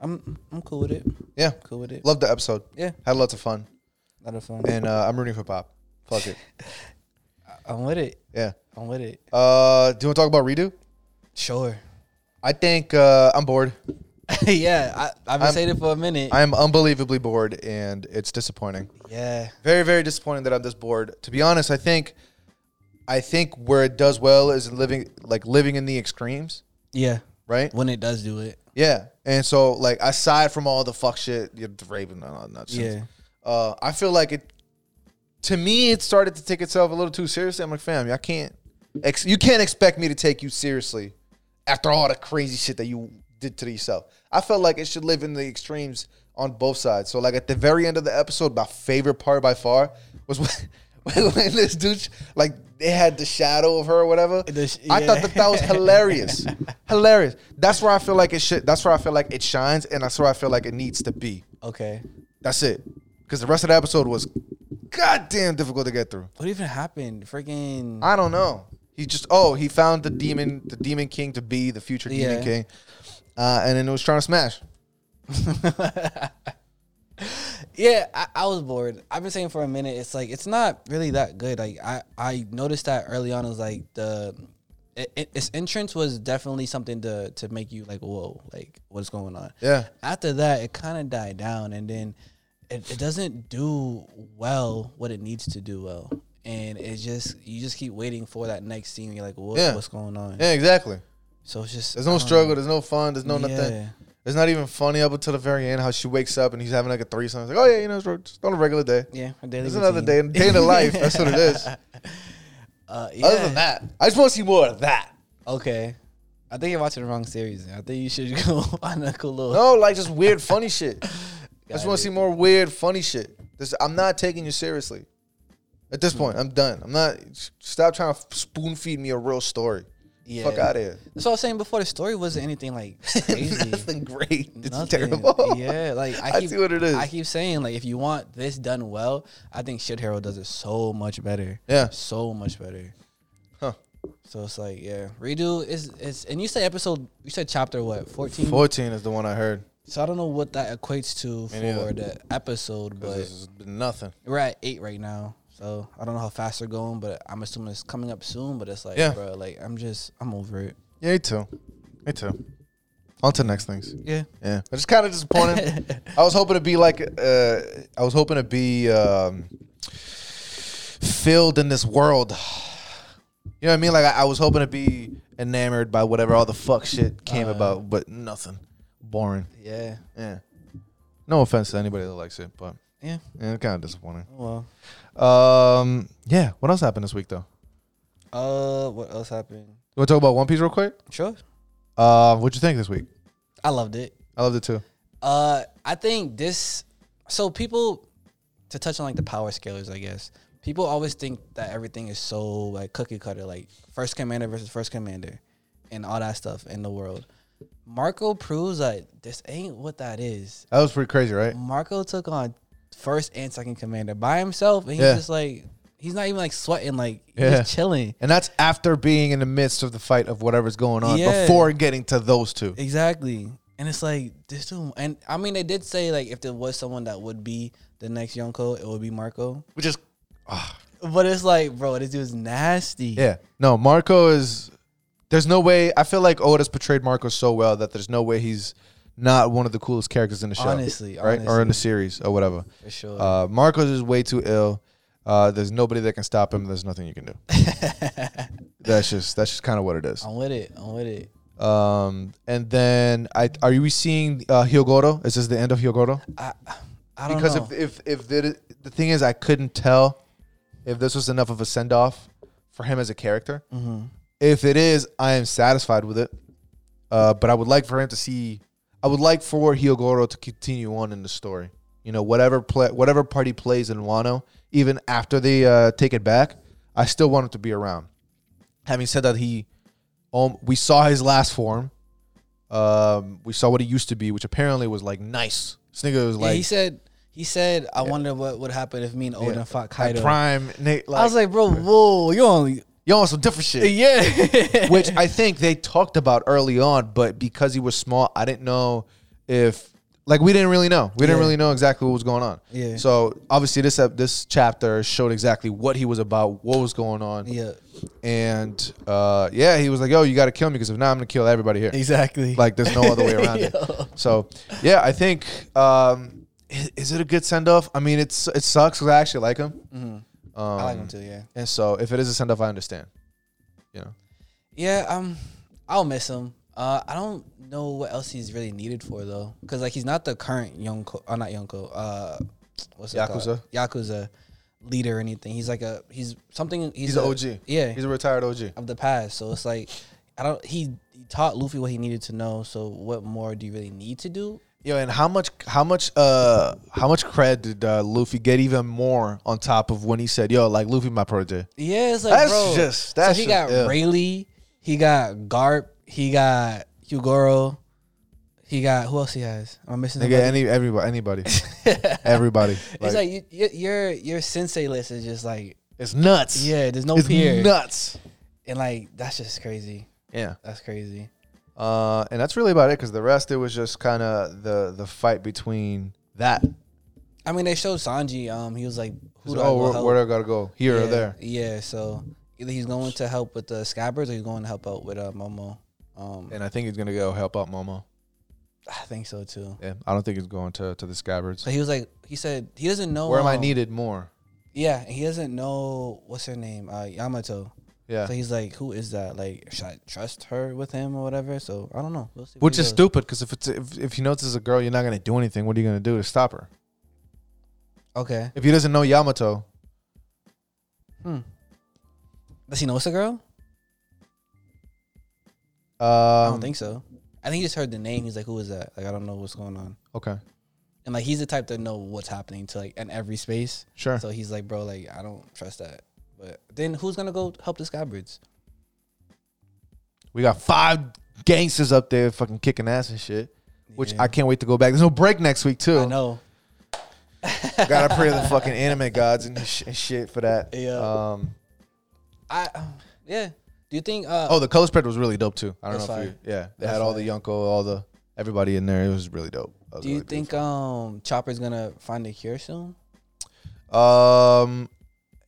Speaker 2: I'm I'm cool with it.
Speaker 1: Yeah.
Speaker 2: Cool with it.
Speaker 1: Love the episode.
Speaker 2: Yeah,
Speaker 1: Had lots of fun.
Speaker 2: a lot of fun.
Speaker 1: And uh, I'm rooting for Pop. Fuck it.
Speaker 2: I'm with it.
Speaker 1: Yeah.
Speaker 2: I'm with it.
Speaker 1: Uh, do you want to talk about redo?
Speaker 2: Sure. *laughs*
Speaker 1: I think uh, I'm bored.
Speaker 2: yeah, I, I've been
Speaker 1: I'm-
Speaker 2: saying it for a minute.
Speaker 1: I am unbelievably bored, and it's disappointing.
Speaker 2: yeah,
Speaker 1: Very, very disappointing that I'm this bored. To be honest, I think, I think where it does well is living like living in the extremes,
Speaker 2: yeah.
Speaker 1: right?
Speaker 2: When it does do it,
Speaker 1: Yeah. And so, like, aside from all the fuck shit, you're raving on all that shit.
Speaker 2: yeah.
Speaker 1: Uh, I feel like it. To me, it started to take itself a little too seriously. I'm like, fam, I can't. Ex- you can't expect me to take you seriously after all the crazy shit that you did to yourself. I felt like it should live in the extremes on both sides. So, like at the very end of the episode, my favorite part by far was *laughs* when, when, when this dude, sh- like, they had the shadow of her or whatever.
Speaker 2: The sh-
Speaker 1: I thought
Speaker 2: yeah.
Speaker 1: that that was
Speaker 2: *laughs*
Speaker 1: hilarious, hilarious. That's where I feel like it should. That's where I feel like it shines, and that's where I feel like it needs to be.
Speaker 2: Okay.
Speaker 1: That's it. Because the rest of the episode was goddamn difficult to get through.
Speaker 2: What even happened? Freaking.
Speaker 1: I don't know. He just oh he found the demon the demon king to be the future
Speaker 2: Yeah.
Speaker 1: demon king, uh, and then it was trying to smash.
Speaker 2: yeah, I, I was bored. I've been saying for a minute, it's like it's not really that good. Like I, I noticed that early on. It was like the it, it- its entrance was definitely something to to make you like whoa, like what's going on.
Speaker 1: Yeah.
Speaker 2: After that, it kind of died down, and then it, it doesn't do well what it needs to do well, and it just you just keep waiting for that next scene. You're like, what,
Speaker 1: Yeah.
Speaker 2: what's going on?
Speaker 1: Yeah, exactly.
Speaker 2: So it's just
Speaker 1: There's no
Speaker 2: I don't
Speaker 1: struggle.
Speaker 2: know.
Speaker 1: There's no fun. There's no nothing.
Speaker 2: Yeah.
Speaker 1: It's not even funny up until the very end how she wakes up and he's having like a threesome. It's like oh yeah, you know, it's ro- just on a regular day.
Speaker 2: Yeah, a daily
Speaker 1: It's another day,
Speaker 2: routine.
Speaker 1: day in the life. That's what it is.
Speaker 2: *laughs* Uh, yeah.
Speaker 1: Other than that, I just want to see more of that.
Speaker 2: Okay. I think you're watching the wrong series. I think you should *laughs* go on a cool little.
Speaker 1: No, like just weird funny shit. I
Speaker 2: Got
Speaker 1: just want
Speaker 2: it.
Speaker 1: to see more weird, funny shit. This, I'm not taking you seriously. At this point, I'm done. I'm not. s- Stop trying to spoon feed me a real story.
Speaker 2: Yeah.
Speaker 1: Fuck out of here.
Speaker 2: That's what I was saying before. The story wasn't
Speaker 1: *laughs*
Speaker 2: anything like *laughs* crazy.
Speaker 1: Nothing great. It's
Speaker 2: Nothing.
Speaker 1: terrible.
Speaker 2: *laughs* Yeah, like I
Speaker 1: I
Speaker 2: keep,
Speaker 1: see what it is.
Speaker 2: I keep saying, like if you want this done well, I think Shit Hero does it so much better.
Speaker 1: *laughs* Yeah.
Speaker 2: so much better.
Speaker 1: Huh.
Speaker 2: So it's like, yeah, redo is is, and you said episode, you said chapter what, fourteen?
Speaker 1: 14 is the one I heard.
Speaker 2: So I don't know what that equates to
Speaker 1: Me neither.
Speaker 2: for the episode, but
Speaker 1: This has been nothing.
Speaker 2: we're at eight right now. So I don't know how fast they're going, but I'm assuming it's coming up soon. But it's like,
Speaker 1: Yeah.
Speaker 2: bro, like I'm just, I'm over it.
Speaker 1: Yeah, me too. Me too. On to next things.
Speaker 2: Yeah.
Speaker 1: Yeah, which is kind of
Speaker 2: *laughs*
Speaker 1: disappointing. I was hoping to be like, uh, I was hoping to be um, filled in this world. You know what I mean? Like I, I was hoping to be enamored by whatever all the fuck shit came
Speaker 2: Uh,
Speaker 1: about, but nothing. Boring.
Speaker 2: *laughs* Yeah.
Speaker 1: Yeah. No offense to anybody that likes it, but
Speaker 2: Yeah. oh
Speaker 1: yeah, kind of disappointing.
Speaker 2: Well,
Speaker 1: Um, yeah. What else happened this week though?
Speaker 2: uh, what else happened?
Speaker 1: You want to talk about One Piece real quick?
Speaker 2: Sure.
Speaker 1: Uh, what'd you think this week?
Speaker 2: I loved it.
Speaker 1: I loved it too.
Speaker 2: Uh, I think this. So people, to touch on like the power scalers, I guess people always think that everything is so like cookie cutter, like first commander versus first commander, and all that stuff in the world. Marco proves that this ain't what that is.
Speaker 1: That was pretty crazy, right?
Speaker 2: Marco took on first and second commander by himself, and he's
Speaker 1: Yeah.
Speaker 2: just like he's not even like sweating, like he's
Speaker 1: Yeah.
Speaker 2: just chilling.
Speaker 1: And that's after being in the midst of the fight of whatever's going on
Speaker 2: Yeah.
Speaker 1: before getting to those two.
Speaker 2: Exactly. And it's like this dude, and I mean, they did say like if there was someone that would be the next Yonko, it would be Marco.
Speaker 1: Which is ah.
Speaker 2: But it's like, bro, this dude's nasty.
Speaker 1: Yeah. No, Marco is there's no way I feel like Otis portrayed Marco so well that there's no way he's not one of the coolest characters in the show.
Speaker 2: Honestly,
Speaker 1: Right? Or in the series or whatever.
Speaker 2: for sure.
Speaker 1: Uh Marco's is way too ill. Uh, there's nobody that can stop him. There's nothing you
Speaker 2: *laughs*
Speaker 1: can do. that's just that's just kind of what it is.
Speaker 2: *laughs* I'm with it. I'm with it.
Speaker 1: Um, and then I are we seeing uh, Hyogoro? Is this the end of Hyogoro?
Speaker 2: I, I don't
Speaker 1: because
Speaker 2: know.
Speaker 1: if if if the, the thing
Speaker 2: Mm-hmm.
Speaker 1: is, I couldn't tell if this was enough of a send off for him as a character. If it is, I am satisfied with it. Uh, but I would like for him to see. I would like for Hyogoro to continue on in the story. You know, whatever play, whatever party plays in Wano, even after they uh, take it back, I still want him to be around. Having said that, he, um, we saw his last form. Um, we saw what he used to be, which apparently was like nice. This nigga was
Speaker 2: yeah, he
Speaker 1: like,
Speaker 2: said. He said, "I wonder what would happen if me and Odin
Speaker 1: yeah,
Speaker 2: fought
Speaker 1: like
Speaker 2: Kaido."
Speaker 1: prime. Nate,
Speaker 2: I was like, "Bro, whoa, you only
Speaker 1: you on some different shit.
Speaker 2: yeah."
Speaker 1: which I think they talked about early on, but because he was small, I didn't know if like we didn't really know. We didn't
Speaker 2: Yeah.
Speaker 1: really know exactly what was going on.
Speaker 2: Yeah.
Speaker 1: So obviously this ep- this chapter showed exactly what he was about, what was going on,
Speaker 2: *laughs* yeah,
Speaker 1: and uh, yeah, he was like, "Yo, you got to kill me because if not, I'm gonna kill everybody here." *laughs*
Speaker 2: exactly.
Speaker 1: Like there's no
Speaker 2: *laughs*
Speaker 1: other way around it.
Speaker 2: Yo.
Speaker 1: So yeah, I think um, i- is it a good send off? I mean, it's it sucks because I actually like him. Um,
Speaker 2: Mm-hmm. I like him too. Yeah,
Speaker 1: And so if it is a send off, I understand. You know.
Speaker 2: yeah. Um, I'll miss him. Uh, I don't know what else he's really needed for though, because like he's not the current Yonko, uh, not Yonko. Uh, what's it called? Yakuza leader or anything. He's like a he's something. He's,
Speaker 1: He's
Speaker 2: a,
Speaker 1: an OG.
Speaker 2: Yeah,
Speaker 1: He's a retired OG.
Speaker 2: of the past. So it's like I don't. He, he taught Luffy what he needed to know. So what more do you really need to do?
Speaker 1: Yo, and how much, how much, uh, how much cred did uh, Luffy get even more on top of when he said, "Yo, like Luffy, my protege."
Speaker 2: Yeah, it's like
Speaker 1: That's
Speaker 2: bro.
Speaker 1: just- that's
Speaker 2: so he
Speaker 1: just
Speaker 2: got
Speaker 1: ill.
Speaker 2: Rayleigh, he got Garp, he got Hugoro, he got who else he has? Am I missing?
Speaker 1: Nigga,
Speaker 2: somebody?
Speaker 1: any, everybody,
Speaker 2: *laughs*
Speaker 1: anybody, *laughs* everybody. Like,
Speaker 2: it's like you, you, your your sensei list is just like
Speaker 1: it's nuts.
Speaker 2: yeah, there's no
Speaker 1: it's
Speaker 2: peer,
Speaker 1: nuts.
Speaker 2: and like that's just crazy.
Speaker 1: Yeah.
Speaker 2: That's crazy.
Speaker 1: Uh, and that's really about it because the rest it was just kind of the the fight between that.
Speaker 2: I mean, they showed Sanji. Um, he was like, "Who do I
Speaker 1: oh,
Speaker 2: go
Speaker 1: where,
Speaker 2: help?"
Speaker 1: where do I gotta go? Here
Speaker 2: yeah,
Speaker 1: or there?
Speaker 2: Yeah, so either he's going to help with the Scabbards or he's going to help out with uh, Momo. Um,
Speaker 1: And I think he's gonna go help out Momo.
Speaker 2: I think so too.
Speaker 1: Yeah, I don't think he's going to to the Scabbards.
Speaker 2: So he was like, he said he doesn't know
Speaker 1: Where am I
Speaker 2: um,
Speaker 1: needed more?
Speaker 2: Yeah, he doesn't know what's her name, uh, Yamato.
Speaker 1: Yeah.
Speaker 2: So he's like, who is that? Like, should I trust her with him or whatever? So I don't know. We'll see where
Speaker 1: Which
Speaker 2: he
Speaker 1: is
Speaker 2: goes.
Speaker 1: stupid because if it's if, if he knows it's a girl, you're not gonna do anything. What are you gonna do to stop her?
Speaker 2: Okay.
Speaker 1: If he doesn't know Yamato,
Speaker 2: Hmm. Does he know it's a girl?
Speaker 1: um,
Speaker 2: I don't think so. I think he just heard the name. He's like, who is that? Like, I don't know what's going on.
Speaker 1: Okay,
Speaker 2: And like, he's the type that know what's happening to like in every space.
Speaker 1: sure.
Speaker 2: So he's like, bro, like I don't trust that. But then who's gonna go help the Skybirds?
Speaker 1: we got five gangsters up there, fucking kicking ass and shit. Which
Speaker 2: Yeah.
Speaker 1: I can't wait to go back. There's no break next week too.
Speaker 2: I know.
Speaker 1: Gotta pray to
Speaker 2: *laughs*
Speaker 1: the fucking anime gods and, sh- and shit for that.
Speaker 2: Yeah.
Speaker 1: Um.
Speaker 2: I um, yeah. Do you think? Uh,
Speaker 1: Oh, the color spread was really dope too. I don't
Speaker 2: That's
Speaker 1: know if you.
Speaker 2: fire.
Speaker 1: Yeah, they
Speaker 2: That's
Speaker 1: had all the Yonko, all the everybody in there. It was really dope. That was
Speaker 2: do you
Speaker 1: really
Speaker 2: think um Chopper's gonna find a cure soon?
Speaker 1: beautiful. Um,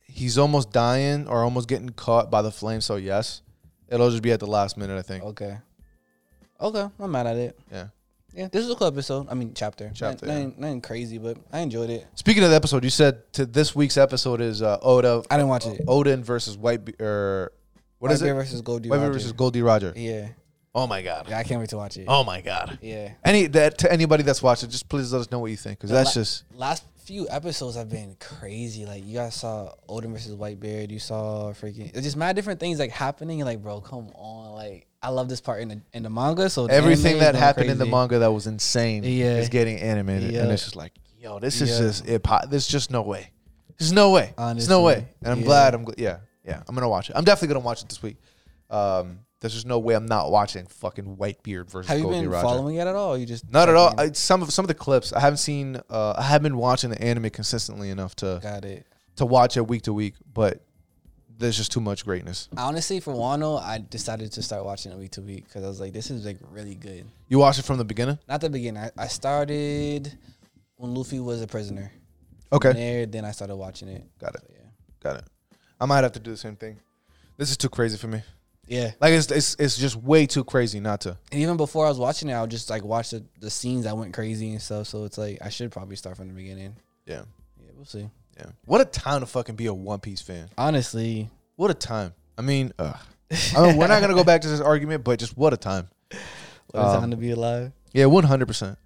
Speaker 1: he's almost dying or almost getting caught by the flame. So yes, it'll just be at the last minute. I think.
Speaker 2: Okay. Okay, I'm mad at it.
Speaker 1: Yeah.
Speaker 2: Yeah, this is a cool episode. I mean, chapter.
Speaker 1: Chapter,
Speaker 2: Nothing, nothing, nothing crazy, but I enjoyed it.
Speaker 1: Speaking of the episode, you said to this week's episode is uh, Oda
Speaker 2: I didn't watch it.
Speaker 1: Odin versus White Be- or Oh, what is
Speaker 2: Whitebeard
Speaker 1: it?
Speaker 2: versus Goldie.
Speaker 1: White Bear
Speaker 2: Roger.
Speaker 1: versus Goldie Roger.
Speaker 2: Yeah,
Speaker 1: Oh my god.
Speaker 2: yeah. I can't wait to watch it.
Speaker 1: Oh my god.
Speaker 2: Yeah.
Speaker 1: Any that to anybody that's watching, just please let us know what you think because that's just
Speaker 2: Last few episodes have been crazy. Like you guys saw Odin versus Whitebeard. You saw freaking it's just mad different things like happening. You're like, bro, come on. Like I love this part in the in the manga. So the anime
Speaker 1: everything
Speaker 2: is
Speaker 1: that
Speaker 2: going
Speaker 1: happened in the
Speaker 2: crazy.
Speaker 1: manga that was insane
Speaker 2: Yeah.
Speaker 1: is getting animated, and
Speaker 2: Yeah.
Speaker 1: it's just like, yo, this is
Speaker 2: Yeah.
Speaker 1: just it. po- There's just no way. There's no way. There's no
Speaker 2: Honestly,
Speaker 1: way. And I'm
Speaker 2: yeah.
Speaker 1: glad. I'm gl- yeah, yeah. I'm gonna watch it. I'm definitely gonna watch it this week. Um, there's just no way I'm not watching fucking Whitebeard versus
Speaker 2: Have you
Speaker 1: Goldie
Speaker 2: been
Speaker 1: Roger.
Speaker 2: following it at all? You just
Speaker 1: Not at all.
Speaker 2: fucking
Speaker 1: I, some of some of the clips I haven't seen. Uh, I haven't been watching the anime consistently enough to
Speaker 2: got it.
Speaker 1: to watch it week to week, but there's just too much greatness.
Speaker 2: Honestly, for Wano, I decided to start watching it week to week because I was like, this is like really good.
Speaker 1: You watched it from the beginning.
Speaker 2: Not the beginning. I, I started when Luffy was a prisoner.
Speaker 1: Okay,
Speaker 2: There, then I started watching it.
Speaker 1: got it,
Speaker 2: But
Speaker 1: got it. I might have to do the same thing. This is too crazy for me.
Speaker 2: yeah. Yeah.
Speaker 1: Like it's it's it's just way too crazy not to.
Speaker 2: And even before I was watching it, I would just like watch the, the scenes that went crazy and stuff. So it's like I should probably start from the beginning.
Speaker 1: Yeah,
Speaker 2: Yeah, we'll see.
Speaker 1: yeah. What a time to fucking be a One Piece fan.
Speaker 2: Honestly,
Speaker 1: What a time. I mean, ugh. I mean, we're not gonna go back to this argument, but just what a time.
Speaker 2: what a
Speaker 1: Um,
Speaker 2: time to be alive.
Speaker 1: Yeah, one hundred percent.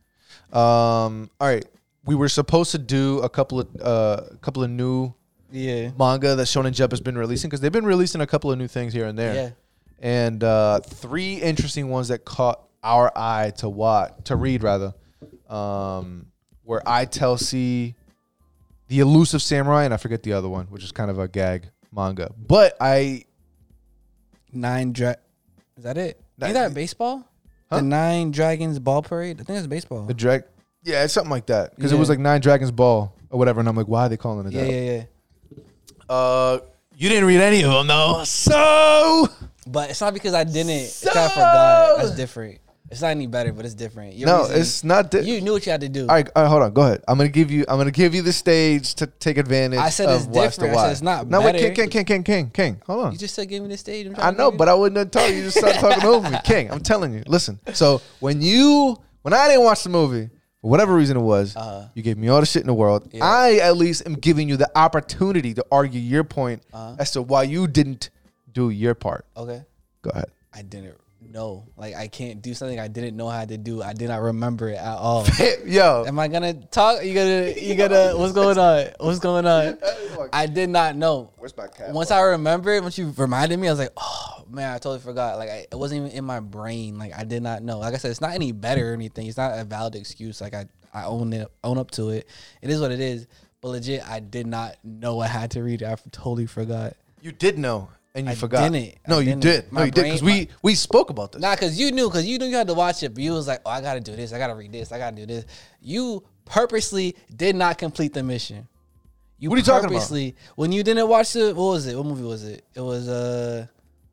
Speaker 1: Um, all right, we were supposed to do a couple of uh, a couple of new
Speaker 2: Yeah.
Speaker 1: manga that Shonen Jump has been releasing because they've been releasing a couple of new things here and there.
Speaker 2: Yeah.
Speaker 1: and uh, three interesting ones that caught our eye to watch to read rather, um, were I Tell C, The Elusive Samurai, and I forget the other one, which is kind of a gag manga. But I
Speaker 2: Nine dra- Is that it?
Speaker 1: That-
Speaker 2: Ain't that baseball?
Speaker 1: Huh?
Speaker 2: The Nine Dragons Ball Parade. I think that's baseball.
Speaker 1: the drag, yeah, it's something like that because it
Speaker 2: Yeah.
Speaker 1: was like Nine Dragons Ball or whatever, and I'm like, why are they calling it
Speaker 2: yeah,
Speaker 1: that?
Speaker 2: yeah, yeah.
Speaker 1: Uh, you didn't read any of them though, so
Speaker 2: But it's not because I didn't. it's
Speaker 1: So-
Speaker 2: not forgot. That's different. It's not any better, but it's different. Your
Speaker 1: no,
Speaker 2: reason-
Speaker 1: it's not. Di-
Speaker 2: you knew what you had to do.
Speaker 1: all right, all right, hold on. Go ahead. I'm gonna give you. I'm gonna give you the stage to take advantage.
Speaker 2: I said
Speaker 1: of
Speaker 2: it's
Speaker 1: what's the
Speaker 2: different. I said
Speaker 1: why.
Speaker 2: it's not
Speaker 1: No, wait,
Speaker 2: better.
Speaker 1: King, King, King, King, King, King. Hold on.
Speaker 2: You just said give me the stage. I'm
Speaker 1: I
Speaker 2: trying to
Speaker 1: know,
Speaker 2: give you-
Speaker 1: but I wouldn't have told you. You just started talking over
Speaker 2: *laughs*
Speaker 1: me, King. I'm telling you. Listen. So when you, when I didn't watch the movie for whatever reason it was,
Speaker 2: Uh-huh.
Speaker 1: you gave me all the shit in the world. I at least am giving you the opportunity to argue your point
Speaker 2: Uh-huh.
Speaker 1: as to why you didn't do your part.
Speaker 2: okay.
Speaker 1: Go ahead.
Speaker 2: I didn't know. Like I can't do something I didn't know how to do. I did not remember it at
Speaker 1: *laughs*
Speaker 2: all.
Speaker 1: Yo,
Speaker 2: Am I gonna talk? You gonna you gonna what's going on? What's
Speaker 1: *laughs*
Speaker 2: going on?
Speaker 1: Fuck.
Speaker 2: I did not know.
Speaker 1: Where's my cat?
Speaker 2: Once I remembered, once you reminded me, I was like, oh man, I totally forgot. Like I, it wasn't even in my brain. Like I did not know. Like I said, it's not any better or anything. It's not a valid excuse. Like I I own it, own up to it. It is what it is. But legit, I did not know I had to read it. I totally forgot.
Speaker 1: you did know. And you
Speaker 2: I
Speaker 1: forgot.
Speaker 2: didn't. I
Speaker 1: No, you
Speaker 2: didn't.
Speaker 1: did.
Speaker 2: My
Speaker 1: no, you did. Because
Speaker 2: brain-
Speaker 1: we we spoke about this.
Speaker 2: Nah, cause you knew, cause you knew you had to watch it, but you was like, oh, I gotta do this, I gotta read this, I gotta do this. You purposely did not complete the mission. You
Speaker 1: What are you talking about?
Speaker 2: purposely, when you didn't watch the what was it? What movie was it? It was uh,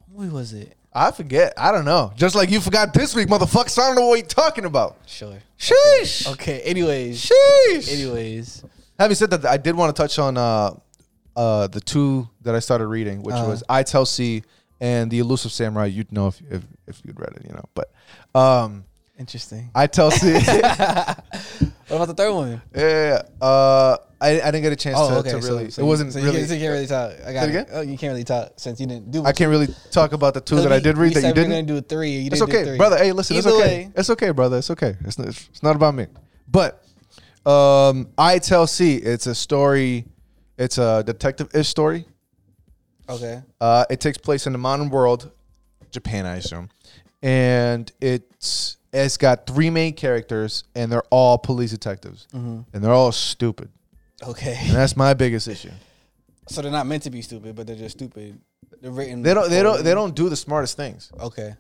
Speaker 2: what movie was it?
Speaker 1: I forget. I don't know. Just like you forgot this week, motherfuckers. I don't know what you're talking about.
Speaker 2: Sure.
Speaker 1: Sheesh.
Speaker 2: Okay. Anyways.
Speaker 1: Sheesh.
Speaker 2: Anyways.
Speaker 1: Having said that, I did want to touch on uh, uh, the two that I started reading, which
Speaker 2: Uh-huh.
Speaker 1: was I Tell C and The Elusive Samurai. You'd know if, if, if you'd read it, you know. But um,
Speaker 2: Interesting.
Speaker 1: I Tell C, *laughs* yeah,
Speaker 2: What about the third one?
Speaker 1: yeah, yeah. Uh, I, I didn't get a chance
Speaker 2: Oh,
Speaker 1: to,
Speaker 2: okay.
Speaker 1: to
Speaker 2: so-
Speaker 1: really.
Speaker 2: so
Speaker 1: it
Speaker 2: you-
Speaker 1: wasn't
Speaker 2: so you
Speaker 1: really.
Speaker 2: can't- so you can't really talk. I got
Speaker 1: it again?
Speaker 2: it. Oh, you can't really talk since you didn't do.
Speaker 1: I
Speaker 2: what you-
Speaker 1: can't really talk about the two
Speaker 2: so
Speaker 1: that I
Speaker 2: we-
Speaker 1: did read
Speaker 2: we
Speaker 1: that you
Speaker 2: said we
Speaker 1: didn't.
Speaker 2: We're gonna do three. You
Speaker 1: It's
Speaker 2: didn't do
Speaker 1: okay,
Speaker 2: three.
Speaker 1: brother. Hey, listen, it's
Speaker 2: Either
Speaker 1: okay.
Speaker 2: way.
Speaker 1: It's okay, brother. It's okay. It's not, it's not about me. But um, I tell C, it's a story. It's a detective-ish story.
Speaker 2: Okay.
Speaker 1: Uh, it takes place in the modern world, Japan, I assume, and it's it's got three main characters, and they're all police detectives,
Speaker 2: Mm-hmm.
Speaker 1: and they're all stupid.
Speaker 2: Okay.
Speaker 1: And that's my biggest issue.
Speaker 2: So they're not meant to be stupid, but they're just stupid. They're written.
Speaker 1: They don't they don't they don't do the smartest things.
Speaker 2: Okay.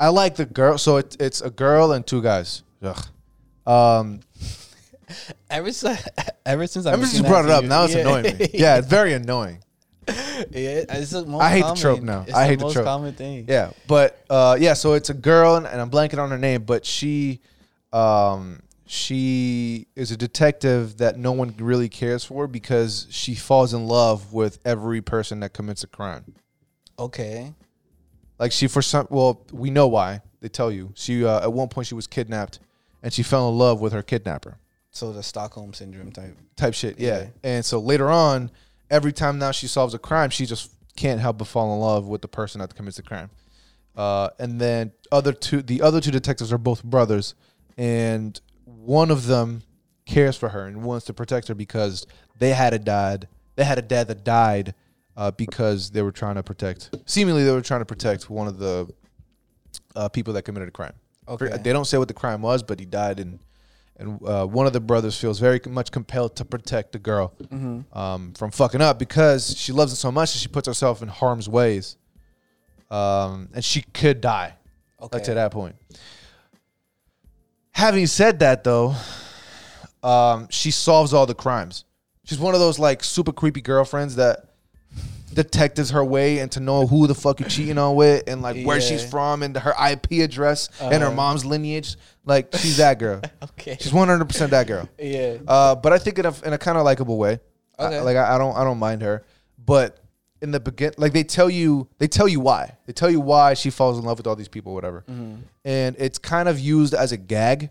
Speaker 1: I like the girl, so it, it's a girl and two guys. Ugh. Um,
Speaker 2: Ever since, *laughs* ever since I've
Speaker 1: I'm just brought it up. Now it's annoying
Speaker 2: *laughs*
Speaker 1: me. Yeah, it's very annoying.
Speaker 2: yeah. It's the most
Speaker 1: I hate the
Speaker 2: common.
Speaker 1: trope now.
Speaker 2: It's
Speaker 1: I hate the
Speaker 2: most
Speaker 1: trope.
Speaker 2: common thing.
Speaker 1: Yeah, but uh, yeah, so it's a girl, and, and I'm blanking on her name, but she, um, she is a detective that no one really cares for because she falls in love with every person that commits a crime.
Speaker 2: Okay.
Speaker 1: Like she for some, well, we know why. They tell you she uh, at one point she was kidnapped, and she fell in love with her kidnapper.
Speaker 2: So the Stockholm syndrome type.
Speaker 1: type shit. Yeah.
Speaker 2: Yeah.
Speaker 1: And so later on, every time now she solves a crime, she just can't help but fall in love with the person that commits the crime. Uh, and then other two, the other two detectives are both brothers, and one of them cares for her and wants to protect her because they had a died, they had a dad that died uh, because they were trying to protect. Seemingly, they were trying to protect one of the uh, people that committed a crime.
Speaker 2: Okay.
Speaker 1: They don't say what the crime was, but he died, and and uh, one of the brothers feels very much compelled to protect the girl um, from fucking up because she loves it so much that she puts herself in harm's ways, um, and she could die. Like to
Speaker 2: Okay.
Speaker 1: that point. Having said that, though, um, she solves all the crimes. She's one of those like super creepy girlfriends that detectives her way and to know who the fuck you're cheating on with and like where she's
Speaker 2: Yeah.
Speaker 1: from and her IP address and her
Speaker 2: Uh-huh.
Speaker 1: mom's lineage. Like she's that girl.
Speaker 2: *laughs* Okay.
Speaker 1: She's one hundred percent that girl.
Speaker 2: Yeah.
Speaker 1: Uh, but I think in a in a kind of likable way. I-
Speaker 2: Okay.
Speaker 1: like I, I don't I don't mind her, but in the begin, like they tell you they tell you why they tell you why she falls in love with all these people, whatever, and it's kind of used as a gag.
Speaker 2: Uh,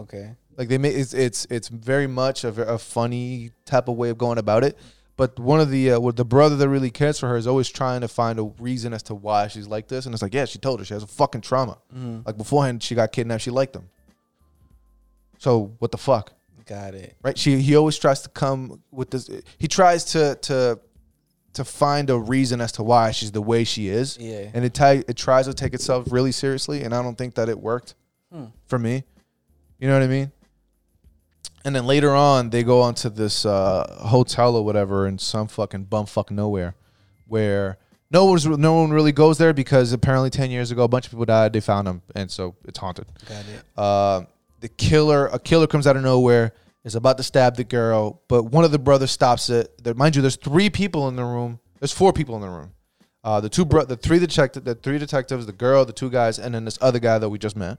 Speaker 2: Okay.
Speaker 1: Like they make it's it's it's very much a, ve- a funny type of way of going about it. But one of the uh, with the brother that really cares for her is always trying to find a reason as to why she's like this, and it's like yeah, she told her she has a fucking trauma. Like beforehand, she got kidnapped. She liked him. So what the fuck?
Speaker 2: Got it.
Speaker 1: right? She he always tries to come with this. He tries to to to find a reason as to why she's the way she is.
Speaker 2: Yeah.
Speaker 1: And it ti- it tries to take itself really seriously, and I don't think that it worked
Speaker 2: Hmm.
Speaker 1: for me. You know what I mean? And then later on, they go onto this uh, hotel or whatever in some fucking bumfuck nowhere, where no one's no one really goes there because apparently ten years ago a bunch of people died. They found them, and so it's haunted.
Speaker 2: Got it.
Speaker 1: Uh, the killer, a killer comes out of nowhere, is about to stab the girl, but one of the brothers stops it. There, mind you, there's three people in the room. There's four people in the room. Uh, the two, bro- the three detective, the three detectives, the girl, the two guys, and then this other guy that we just met.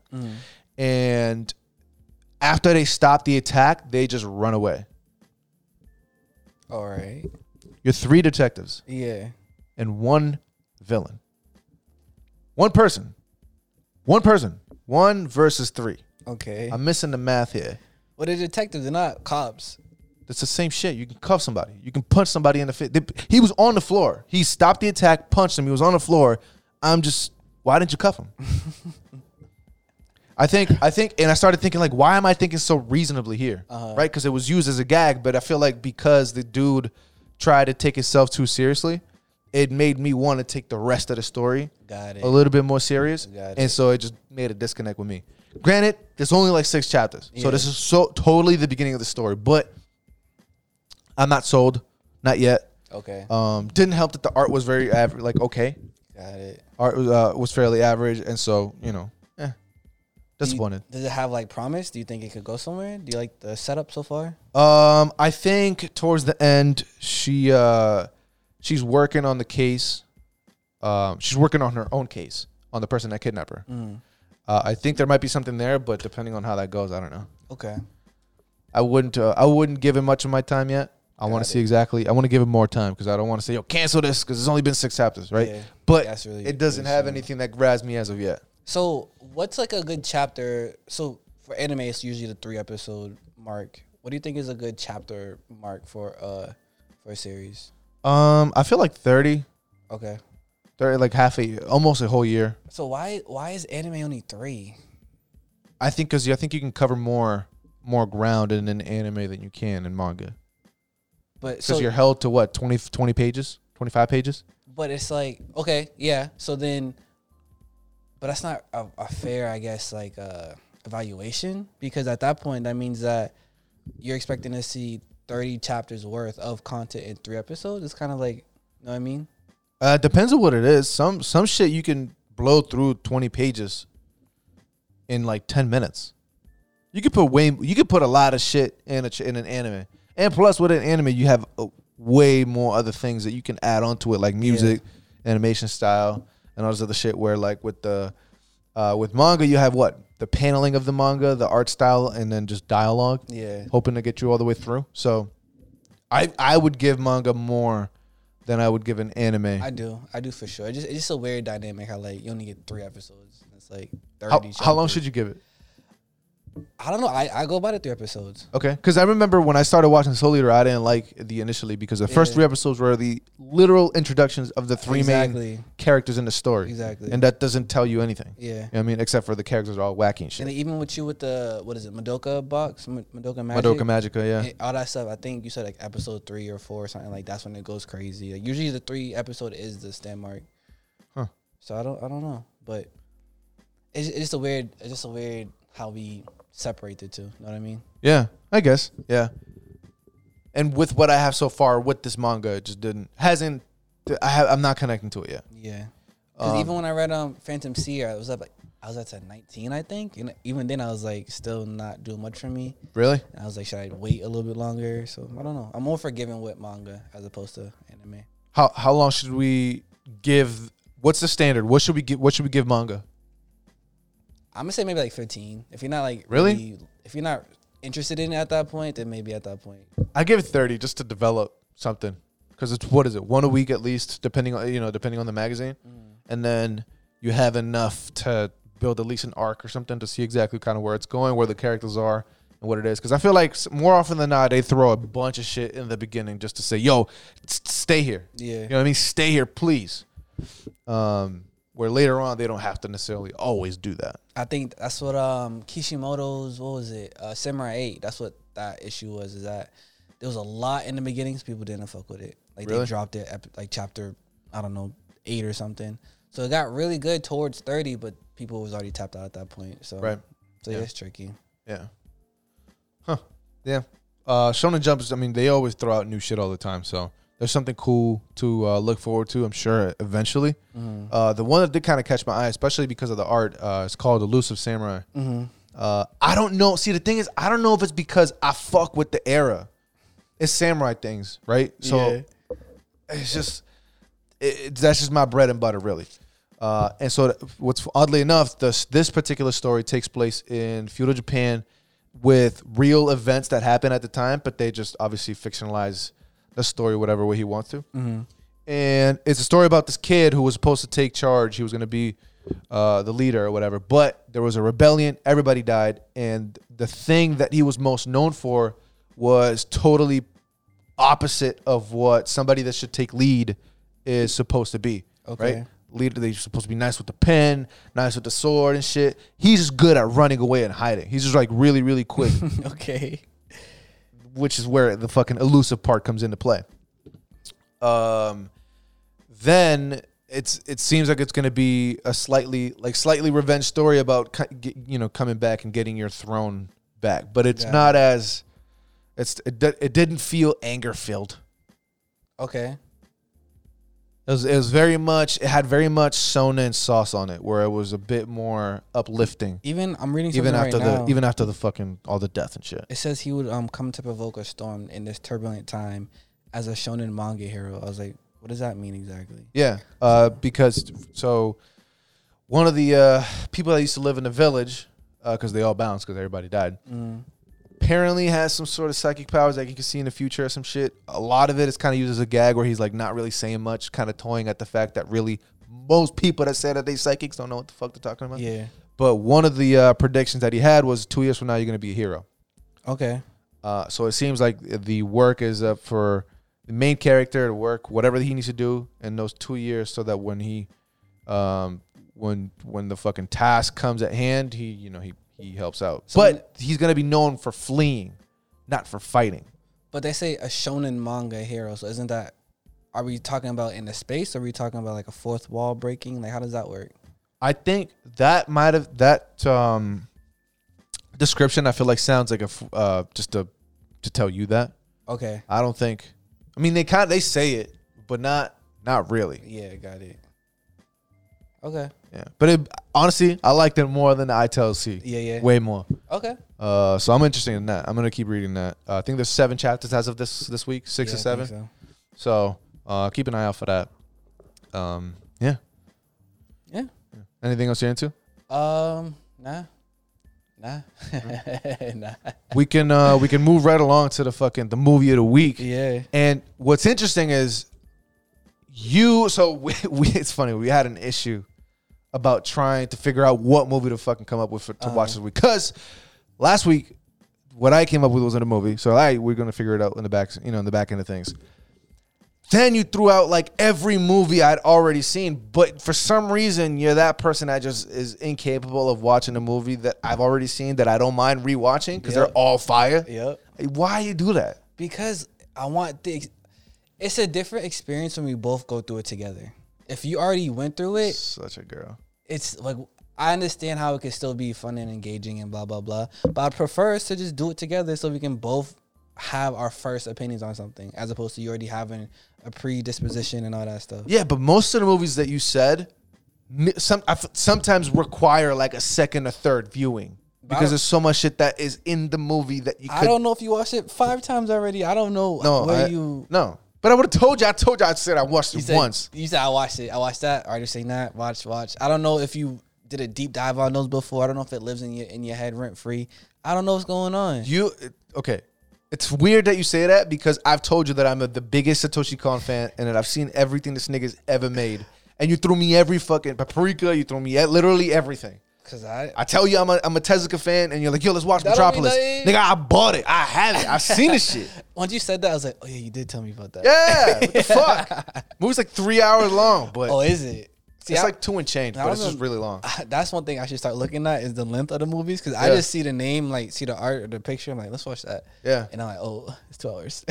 Speaker 1: And after they stop the attack, they just run away.
Speaker 2: All right.
Speaker 1: You're three detectives
Speaker 2: Yeah.
Speaker 1: and one villain. One person. One person. One versus three.
Speaker 2: Okay.
Speaker 1: I'm missing the math here.
Speaker 2: well, they're detectives. They're not cops.
Speaker 1: It's the same shit. You can cuff somebody. You can punch somebody in the face. He was on the floor. He stopped the attack, punched him. He was on the floor. I'm just, why didn't you cuff him? I think, I think, and I started thinking like, why am I thinking so reasonably here, right? Because it was used as a gag, but I feel like because the dude tried to take himself too seriously, it made me want to take the rest of the story
Speaker 2: Got it.
Speaker 1: a little bit more serious,
Speaker 2: Got it.
Speaker 1: and so it just made a disconnect with me. Granted, there's only like six chapters, so
Speaker 2: Yeah.
Speaker 1: this is so totally the beginning of the story, but. I'm not sold, not yet.
Speaker 2: Okay.
Speaker 1: Um, didn't help that the art was very average, like okay,
Speaker 2: Got it.
Speaker 1: art was, uh, was fairly average, and so you know, eh, disappointed.
Speaker 2: Does it have like promise? Do you think it could go somewhere? Do you like the setup so far?
Speaker 1: Um, I think towards the end, she uh, she's working on the case. Um, she's working on her own case on the person that kidnapped her.
Speaker 2: Mm.
Speaker 1: Uh, I think there might be something there, but depending on how that goes, I don't know.
Speaker 2: Okay.
Speaker 1: I wouldn't. Uh, I wouldn't give it much of my time yet. I want
Speaker 2: Got
Speaker 1: to see exactly. I want to give it more time because I don't want to say, "Yo, cancel this," because it's only been six chapters, right?
Speaker 2: Yeah.
Speaker 1: but
Speaker 2: That's really-
Speaker 1: it doesn't
Speaker 2: really
Speaker 1: have
Speaker 2: soon.
Speaker 1: anything that grabs me as of yet.
Speaker 2: So, what's like a good chapter? So, for anime, it's usually the three episode mark. What do you think is a good chapter mark for uh for a series?
Speaker 1: Um, I feel like 30,
Speaker 2: Okay.
Speaker 1: 30 like half a, almost a whole year.
Speaker 2: So why why is anime only three?
Speaker 1: I think because I think you can cover more more ground in an anime than you can in manga
Speaker 2: But
Speaker 1: because
Speaker 2: so
Speaker 1: you're held to what 20, 20 pages, twenty five pages.
Speaker 2: but it's like okay yeah. So then, but that's not a, a fair I guess like uh evaluation because at that point that means that you're expecting to see thirty chapters worth of content in three episodes. It's kind of like you know what I mean.
Speaker 1: Uh, depends on what it is. Some some shit you can blow through twenty pages in like ten minutes. You could put way you could put a lot of shit in a ch- in an anime, and plus with an anime you have uh, way more other things that you can add onto it, like music, animation style, and all this other shit. Where like with the uh, with manga you have what the paneling of the manga, the art style, and then just dialogue
Speaker 2: Yeah.
Speaker 1: hoping to get you all the way through. So, I I would give manga more than I would give an anime.
Speaker 2: I do, I do for sure. It's just, it's just a weird dynamic how like you only get three episodes. It's like
Speaker 1: how,
Speaker 2: thirty.
Speaker 1: how long
Speaker 2: chapters.
Speaker 1: should you give it?
Speaker 2: I don't know. I, I go by the three episodes.
Speaker 1: Okay, because I remember when I started watching Soul Eater, I didn't like the initially because the first
Speaker 2: Yeah.
Speaker 1: three episodes were the literal introductions of the three
Speaker 2: Exactly.
Speaker 1: main characters in the story,
Speaker 2: Exactly.
Speaker 1: and that doesn't tell you anything.
Speaker 2: Yeah.
Speaker 1: You know what I mean, except for the characters are all wacky and shit.
Speaker 2: And even with you with the what is it, Madoka box, Ma- Madoka Magic,
Speaker 1: Madoka Magica, yeah.
Speaker 2: and all that stuff. I think you said like episode three or four or something like that's when it goes crazy. Like usually the three episode is the stand mark.
Speaker 1: Huh.
Speaker 2: So I don't I don't know, but it's, it's just a weird it's just a weird how we separate the two. Know what I mean?
Speaker 1: Yeah, I guess. Yeah. And with what I have so far with this manga, it just didn't hasn't. I have, I'm not connecting to it yet.
Speaker 2: Yeah. Because
Speaker 1: Um,
Speaker 2: even when I read um Phantom Seer, I was up like I was up to nineteen, I think, and even then I was like still not doing much for me.
Speaker 1: Really?
Speaker 2: And I was like, should I wait a little bit longer? So I don't know. I'm more forgiving with manga as opposed to anime.
Speaker 1: How how long should we give? What's the standard? What should we give? What should we give manga?
Speaker 2: I'm gonna say maybe like 15. If you're not like
Speaker 1: Really?
Speaker 2: if you're not interested in it at that point, then maybe at that point.
Speaker 1: I give it thirty just to develop something because it's what is it one a week at least, depending on you know depending on the magazine, and then you have enough to build at least an arc or something to see exactly kind of where it's going, where the characters are, and what it is. Because I feel like s- more often than not they throw a bunch of shit in the beginning just to say, "Yo, s- stay here."
Speaker 2: Yeah.
Speaker 1: You know what I mean? Stay here, please. Um, where later on they don't have to necessarily always do that.
Speaker 2: I think that's what um Kishimoto's what was it? Uh Samurai 8. That's what that issue was. Is that there There was a lot in the beginnings. People didn't fuck with it. Like
Speaker 1: Really?
Speaker 2: they dropped it at like chapter, I don't know, eight or something. So it got really good towards thirty, but people was already tapped out at that point. So
Speaker 1: Right.
Speaker 2: So yeah,
Speaker 1: Yeah.
Speaker 2: it's tricky. *laughs*
Speaker 1: Yeah. Huh. Yeah. Uh, Shonen Jump is, I mean, they always throw out new shit all the time. So there's something cool to uh, look forward to, I'm sure, eventually. Uh, the one that did kind of catch my eye, especially because of the art, uh, is called Elusive Samurai. Uh, I don't know. See, the thing is, I don't know if it's because I fuck with the era. It's samurai things, right? So it's just it, it's- that's just my bread and butter, really. Uh, and so, th- what's oddly enough, this this particular story takes place in feudal Japan with real events that happened at the time, but they just obviously fictionalize the story whatever way he wants to. And it's a story about this kid who was supposed to take charge. He was going to be uh, the leader or whatever, but there was a rebellion. Everybody died, and the thing that he was most known for was totally opposite of what somebody that should take lead is supposed to be.
Speaker 2: Okay.
Speaker 1: Right? Leader, they're supposed to be nice with the pen, nice with the sword and shit. He's just good at running away and hiding. He's just like really, really quick,
Speaker 2: okay.
Speaker 1: which is where the fucking elusive part comes into play. Um, then it's it seems like it's going to be a slightly like slightly revenge story about ki- ge- you know coming back and getting your throne back, but it's
Speaker 2: Yeah.
Speaker 1: not as it's it, di- it didn't feel anger filled.
Speaker 2: Okay.
Speaker 1: It was, it was very much. It had very much Sona and sauce on it, where it was a bit more uplifting.
Speaker 2: Even I'm reading something
Speaker 1: Even after
Speaker 2: right
Speaker 1: the
Speaker 2: now.
Speaker 1: even after the fucking all the death and shit.
Speaker 2: it says he would um come to provoke a storm in this turbulent time as a shonen manga hero. I was like, what does that mean exactly?
Speaker 1: Yeah, uh, because so one of the uh, people that used to live in the village, because they all bounced because everybody died,
Speaker 2: Mm.
Speaker 1: apparently has some sort of psychic powers that you can see in the future or some shit. A lot of it is kind of used as a gag where he's like not really saying much, kind of toying at the fact that really most people that say that they psychics don't know what the fuck they're talking about.
Speaker 2: Yeah.
Speaker 1: But one of the uh, predictions that he had was two years from now you're going to be a hero.
Speaker 2: Okay.
Speaker 1: Uh, so it seems like the work is up for the main character to work whatever he needs to do in those two years, so that when he, um, when when the fucking task comes at hand, he you know he he helps out.
Speaker 2: So-
Speaker 1: but he's gonna be known for fleeing, not for fighting.
Speaker 2: But they say a shonen manga hero, so isn't that are we talking about in the space or are we talking about like a fourth wall breaking? Like how does that work?
Speaker 1: I think that might have that um, description. I feel like sounds like a f- uh, just to to tell you that.
Speaker 2: Okay.
Speaker 1: I don't think. I mean, they kind of, they say it, but not not really.
Speaker 2: Yeah, got it. Okay.
Speaker 1: Yeah. But it, honestly, I liked it more than the ITLC.
Speaker 2: Yeah, yeah.
Speaker 1: Way more.
Speaker 2: Okay.
Speaker 1: Uh, so I'm interested in that. I'm gonna keep reading that. Uh, I think there's seven chapters as of this this week, six
Speaker 2: Yeah,
Speaker 1: or
Speaker 2: I
Speaker 1: seven. So,
Speaker 2: think
Speaker 1: uh, keep an eye out for that. Um, yeah.
Speaker 2: Yeah.
Speaker 1: Anything else you're into?
Speaker 2: so. Um, nah. Nah. *laughs* nah.
Speaker 1: we can uh, we can move right along to the fucking the movie of the week.
Speaker 2: Yeah.
Speaker 1: And what's interesting is you. So *laughs* we, we, it's funny. We had an issue about trying to figure out what movie to fucking come up with for, to
Speaker 2: Uh-huh.
Speaker 1: watch this week. Because last week, what I came up with wasn't a movie. So I we're gonna figure it out in the back, you know, in the back end of things. Then you threw out like every movie I'd already seen, but for some reason you're that person that just is incapable of watching a movie that I've already seen that I don't mind rewatching because
Speaker 2: Yep.
Speaker 1: they're all fire.
Speaker 2: Yep.
Speaker 1: Why you do that?
Speaker 2: Because I want the. ex- It's a different experience when we both go through it together. If you already went through it,
Speaker 1: Such a girl.
Speaker 2: it's like I understand how it could still be fun and engaging and blah blah blah. But I prefer us to just do it together so we can both have our first opinions on something, as opposed to you already having a predisposition and all that stuff.
Speaker 1: Yeah, but most of the movies that you said mi- some I f- sometimes require like a second or third viewing because
Speaker 2: don't-
Speaker 1: there's so much shit that is in the movie that you could
Speaker 2: I don't know if you watched it five times already. I don't know
Speaker 1: no
Speaker 2: where
Speaker 1: I-
Speaker 2: you.
Speaker 1: no. But I would have told you. I told you. I said I watched it
Speaker 2: You said-
Speaker 1: once.
Speaker 2: You said I watched it. I watched that. I already seen that. Watch, watch. I don't know if you did a deep dive on those before. I don't know if it lives in your in your head rent free. I don't know what's going on.
Speaker 1: You it- okay? It's weird that you say that because I've told you that I'm a, the biggest Satoshi Kon fan and that I've seen everything this nigga's ever made. And you threw me every fucking paprika. You threw me at literally everything.
Speaker 2: Cause I
Speaker 1: I tell you I'm a, I'm a Tezuka fan, and you're like, yo, let's watch
Speaker 2: That don't mean
Speaker 1: Metropolis.
Speaker 2: nothing.
Speaker 1: Nigga, I bought it. I have it. I've seen this shit.
Speaker 2: once you said that, I was like, oh *laughs* yeah, you did tell me about that.
Speaker 1: Yeah. What the fuck? Movie's like three hours long, but
Speaker 2: Oh, is it? See,
Speaker 1: it's
Speaker 2: I-
Speaker 1: like two and change,
Speaker 2: I
Speaker 1: but it's
Speaker 2: was
Speaker 1: just
Speaker 2: a-
Speaker 1: really long.
Speaker 2: *laughs* that's one thing I should start looking at is the length of the movies because I
Speaker 1: Yeah.
Speaker 2: just see the name, like see the art or the picture. I'm like, let's watch that,
Speaker 1: Yeah.
Speaker 2: and I'm like, oh, *laughs* it's
Speaker 1: *laughs*
Speaker 2: two hours.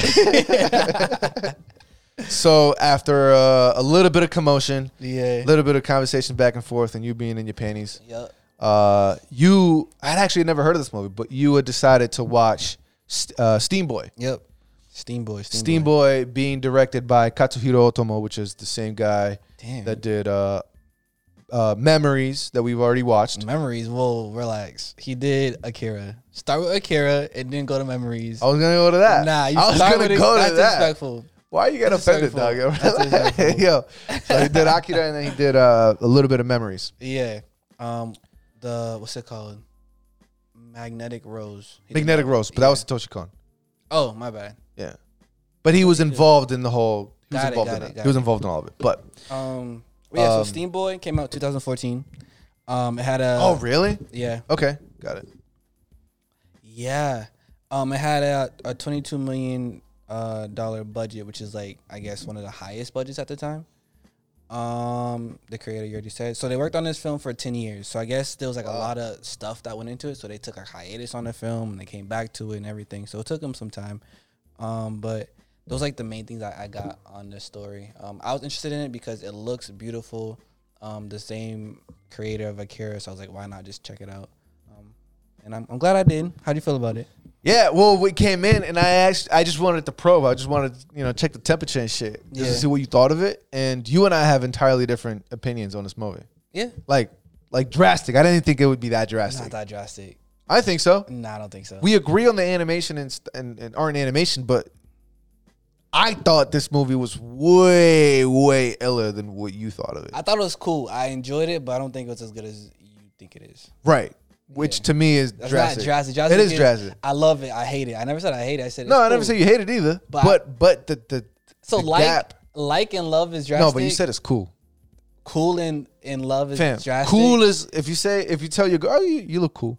Speaker 1: So after uh, a little bit of commotion,
Speaker 2: yeah.
Speaker 1: a little bit of conversation back and forth, and you being in your panties,
Speaker 2: Yep.
Speaker 1: uh, you I'd actually never heard of this movie, but you had decided to watch St- uh, Steamboy.
Speaker 2: Yep. Steamboy. Steamboy.
Speaker 1: Steamboy being directed by Katsuhiro Otomo, which is the same guy
Speaker 2: Damn.
Speaker 1: that did uh, uh, Memories that we've already watched.
Speaker 2: Memories. Whoa, relax. He did Akira. Start with Akira and then go to Memories.
Speaker 1: I was gonna go to that.
Speaker 2: nah, you
Speaker 1: Oh, I was
Speaker 2: start
Speaker 1: gonna
Speaker 2: with it-
Speaker 1: go
Speaker 2: that's
Speaker 1: to that.
Speaker 2: disrespectful.
Speaker 1: Why you get offended, dog?
Speaker 2: disrespectful.
Speaker 1: *laughs*
Speaker 2: That's disrespectful.
Speaker 1: Yo, so he did Akira, and then he did uh, a little bit of Memories.
Speaker 2: Yeah. Um. The what's it called? Magnetic Rose. He did
Speaker 1: Magnetic
Speaker 2: that.
Speaker 1: Rose, but that was Satoshi Kon.
Speaker 2: Oh my bad.
Speaker 1: Yeah, but he was involved in the whole. He was
Speaker 2: Got it,
Speaker 1: involved
Speaker 2: got
Speaker 1: in
Speaker 2: it,
Speaker 1: it.
Speaker 2: got
Speaker 1: He was
Speaker 2: it.
Speaker 1: involved in all of it. But
Speaker 2: Um. but yeah.
Speaker 1: Um,
Speaker 2: so Steamboy came out 2014. Um. It had a.
Speaker 1: oh, really?
Speaker 2: Yeah.
Speaker 1: Okay, got it.
Speaker 2: Yeah. Um, it had a, a twenty-two million uh, dollar budget, which is like I guess one of the highest budgets at the time. Um, the creator you already said. So they worked on this film for ten years. So I guess there was like a lot of stuff that went into it. So they took a hiatus on the film and they came back to it and everything. So it took them some time. Um, but those like the main things I, I got on this story. Um, I was interested in it because it looks beautiful. Um, the same creator of Akira, so I was like, why not just check it out? Um, and I'm, I'm glad I did. How do you feel about it?
Speaker 1: Yeah, well, we came in and I asked. I just wanted to probe. I just wanted, to, you know, check the temperature and shit, just to
Speaker 2: Yeah.
Speaker 1: see what you thought of it. And you and I have entirely different opinions on this movie.
Speaker 2: Yeah,
Speaker 1: Like, like drastic. I didn't think it would be that
Speaker 2: not
Speaker 1: drastic.
Speaker 2: that drastic.
Speaker 1: I think so.
Speaker 2: No, I don't think so.
Speaker 1: We agree on the animation and st- and, and aren't animation, but I thought this movie was way way iller than what you thought of it.
Speaker 2: I thought it was cool. I enjoyed it, but I don't think it was as good as you think it is.
Speaker 1: Right. Which to me is
Speaker 2: That's
Speaker 1: drastic.
Speaker 2: not drastic. drastic
Speaker 1: It is
Speaker 2: is-
Speaker 1: drastic.
Speaker 2: I love it. I hate it. I never said I hate it. I said
Speaker 1: No,
Speaker 2: it's
Speaker 1: I never
Speaker 2: cool.
Speaker 1: said you hate it either. But
Speaker 2: But-
Speaker 1: but, the the
Speaker 2: So
Speaker 1: the
Speaker 2: like,
Speaker 1: gap-
Speaker 2: like and love is drastic.
Speaker 1: No, but you said it's cool,
Speaker 2: cool and and love is
Speaker 1: fam.
Speaker 2: drastic.
Speaker 1: Cool is if you say if you tell your girl "Oh, you, you look cool,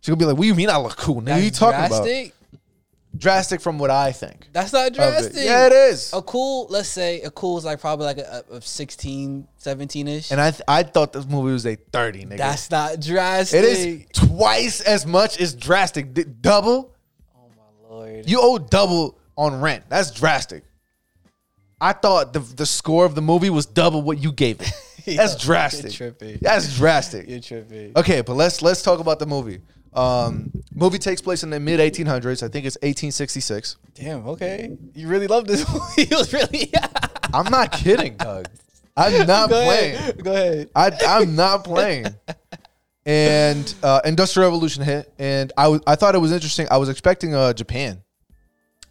Speaker 1: she's gonna be like, "What do you mean I look cool? Nigga,
Speaker 2: That's
Speaker 1: what you talking about
Speaker 2: drastic?
Speaker 1: drastic from what I think."
Speaker 2: That's not
Speaker 1: of it.
Speaker 2: drastic.
Speaker 1: Yeah, it is.
Speaker 2: A cool, let's say a cool is like probably like a, a 16, 17 ish.
Speaker 1: And I th- I thought this movie was a thirty, nigga.
Speaker 2: That's not drastic.
Speaker 1: it is twice as much as drastic. D- double.
Speaker 2: Oh my lord.
Speaker 1: You owe double on rent. That's drastic. I thought the the score of the movie was double what you
Speaker 2: *laughs*
Speaker 1: gave it. That's
Speaker 2: Yo,
Speaker 1: drastic.
Speaker 2: You're tripping.
Speaker 1: That's drastic.
Speaker 2: You're tripping.
Speaker 1: Okay, but let's let's talk about the movie. Um, movie takes place in the mid 1800s. I think it's 1866.
Speaker 2: Damn. Okay. You really love this *laughs* movie. It was really. *laughs*
Speaker 1: I'm not kidding, Doug. I'm not
Speaker 2: Go
Speaker 1: playing.
Speaker 2: ahead. Go ahead.
Speaker 1: I I'm not playing. And uh, Industrial Revolution hit, and I was- I thought it was interesting. I was expecting uh, Japan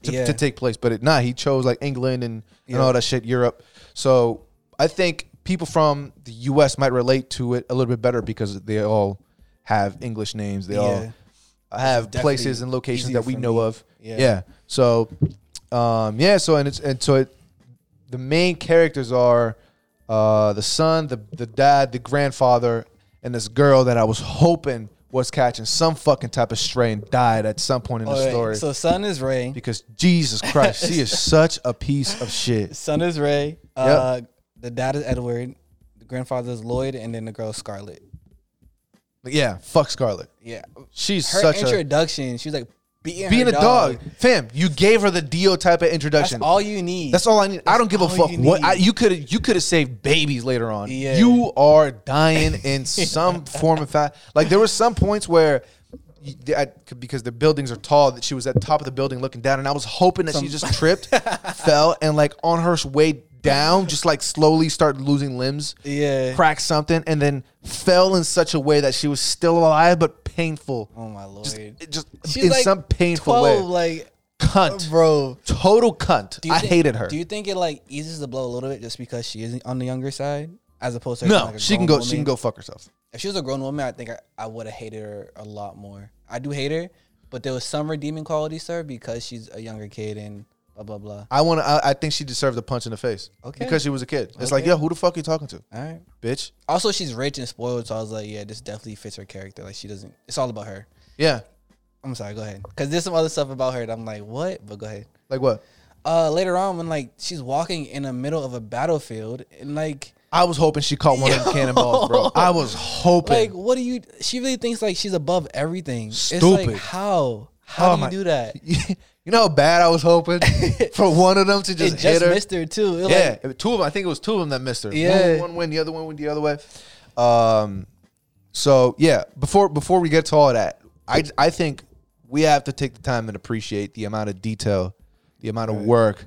Speaker 1: to,
Speaker 2: Yeah.
Speaker 1: to take place, but it not. He chose like England and, and
Speaker 2: Yeah.
Speaker 1: all that shit, Europe. So I think people from the U.S. might relate to it a little bit better because they all have English names. They all have
Speaker 2: definitely
Speaker 1: places and locations
Speaker 2: easier
Speaker 1: that we
Speaker 2: for
Speaker 1: know
Speaker 2: me.
Speaker 1: of. Yeah.
Speaker 2: Yeah.
Speaker 1: So, um, yeah. So and it's and so it, the main characters are uh, the son, the the dad, the grandfather, and this girl that I was hoping was catching some fucking type of stray and died at some point in the
Speaker 2: All right,
Speaker 1: story
Speaker 2: So Sun is Ray.
Speaker 1: because Jesus Christ, she
Speaker 2: *laughs*
Speaker 1: is such a piece of shit.
Speaker 2: Sun is Ray. Uh, The dad is Edward. The grandfather is Lloyd, and then the girl is Scarlet.
Speaker 1: Yeah. Fuck Scarlet.
Speaker 2: Yeah.
Speaker 1: She's
Speaker 2: Her
Speaker 1: such a
Speaker 2: introduction. she was like beating
Speaker 1: being
Speaker 2: her
Speaker 1: a dog. fam. You gave her the Dio type of
Speaker 2: That's
Speaker 1: introduction.
Speaker 2: all you need.
Speaker 1: That's all I need. I don't give a
Speaker 2: all
Speaker 1: fuck
Speaker 2: you
Speaker 1: what I,
Speaker 2: need.
Speaker 1: you could you could have saved babies later on.
Speaker 2: Yeah.
Speaker 1: You are dying
Speaker 2: *laughs*
Speaker 1: in some form of fact. Like there were some points where you- the- I- because the buildings are tall that she was at the top of the building looking down and I was hoping that she
Speaker 2: Some-
Speaker 1: just tripped,
Speaker 2: *laughs*
Speaker 1: fell and like on her way down just like slowly started losing limbs,
Speaker 2: yeah.
Speaker 1: cracked something and then fell in such a way that she was still alive but painful.
Speaker 2: Oh my lord.
Speaker 1: It just
Speaker 2: She's
Speaker 1: in
Speaker 2: like
Speaker 1: some painful
Speaker 2: 12,
Speaker 1: way.
Speaker 2: Like,
Speaker 1: Cunt.
Speaker 2: bro.
Speaker 1: Total cunt.
Speaker 2: Do you
Speaker 1: I
Speaker 2: think-
Speaker 1: hated her.
Speaker 2: Do you think it like eases the blow a little bit just because she is on the younger side, as opposed to her being,
Speaker 1: No,
Speaker 2: like, a
Speaker 1: she can go.
Speaker 2: grown
Speaker 1: She can
Speaker 2: woman?
Speaker 1: go fuck herself.
Speaker 2: If she was a grown woman, I think I, I would have hated her a lot more. I do hate her, but there was some redeeming qualities to her because she's a younger kid and blah blah blah.
Speaker 1: I want to. I, I think she deserved a punch in the face.
Speaker 2: Okay.
Speaker 1: Because she was a kid. It's like,
Speaker 2: Okay.
Speaker 1: yo, who the fuck you talking to,
Speaker 2: All right.
Speaker 1: bitch?
Speaker 2: Also, she's rich and spoiled, so I was like, yeah, this definitely fits her character. Like she doesn't. It's all about her.
Speaker 1: Yeah.
Speaker 2: I'm sorry. Go ahead, because there's some other stuff about her that I'm like, what? But go ahead.
Speaker 1: Like what?
Speaker 2: Uh, later on, when like she's walking in the middle of a battlefield and like
Speaker 1: I was hoping she caught one of
Speaker 2: *laughs*
Speaker 1: the cannonballs, bro. I was hoping.
Speaker 2: Like, what do you? She really thinks like she's above everything. It's
Speaker 1: Stupid.
Speaker 2: like how? How
Speaker 1: Oh
Speaker 2: do
Speaker 1: my-
Speaker 2: you do that?
Speaker 1: *laughs* you know how bad I was
Speaker 2: *laughs*
Speaker 1: hoping for one of them to just,
Speaker 2: it
Speaker 1: hit
Speaker 2: just
Speaker 1: her.
Speaker 2: missed her too. It, like,
Speaker 1: yeah, it- two of them. I think it was two of them that missed her.
Speaker 2: Yeah.
Speaker 1: one, one went the other one went the other way. Um, so yeah, before before we get to all that, I I think we have to take the time and appreciate the amount of detail, the amount of work,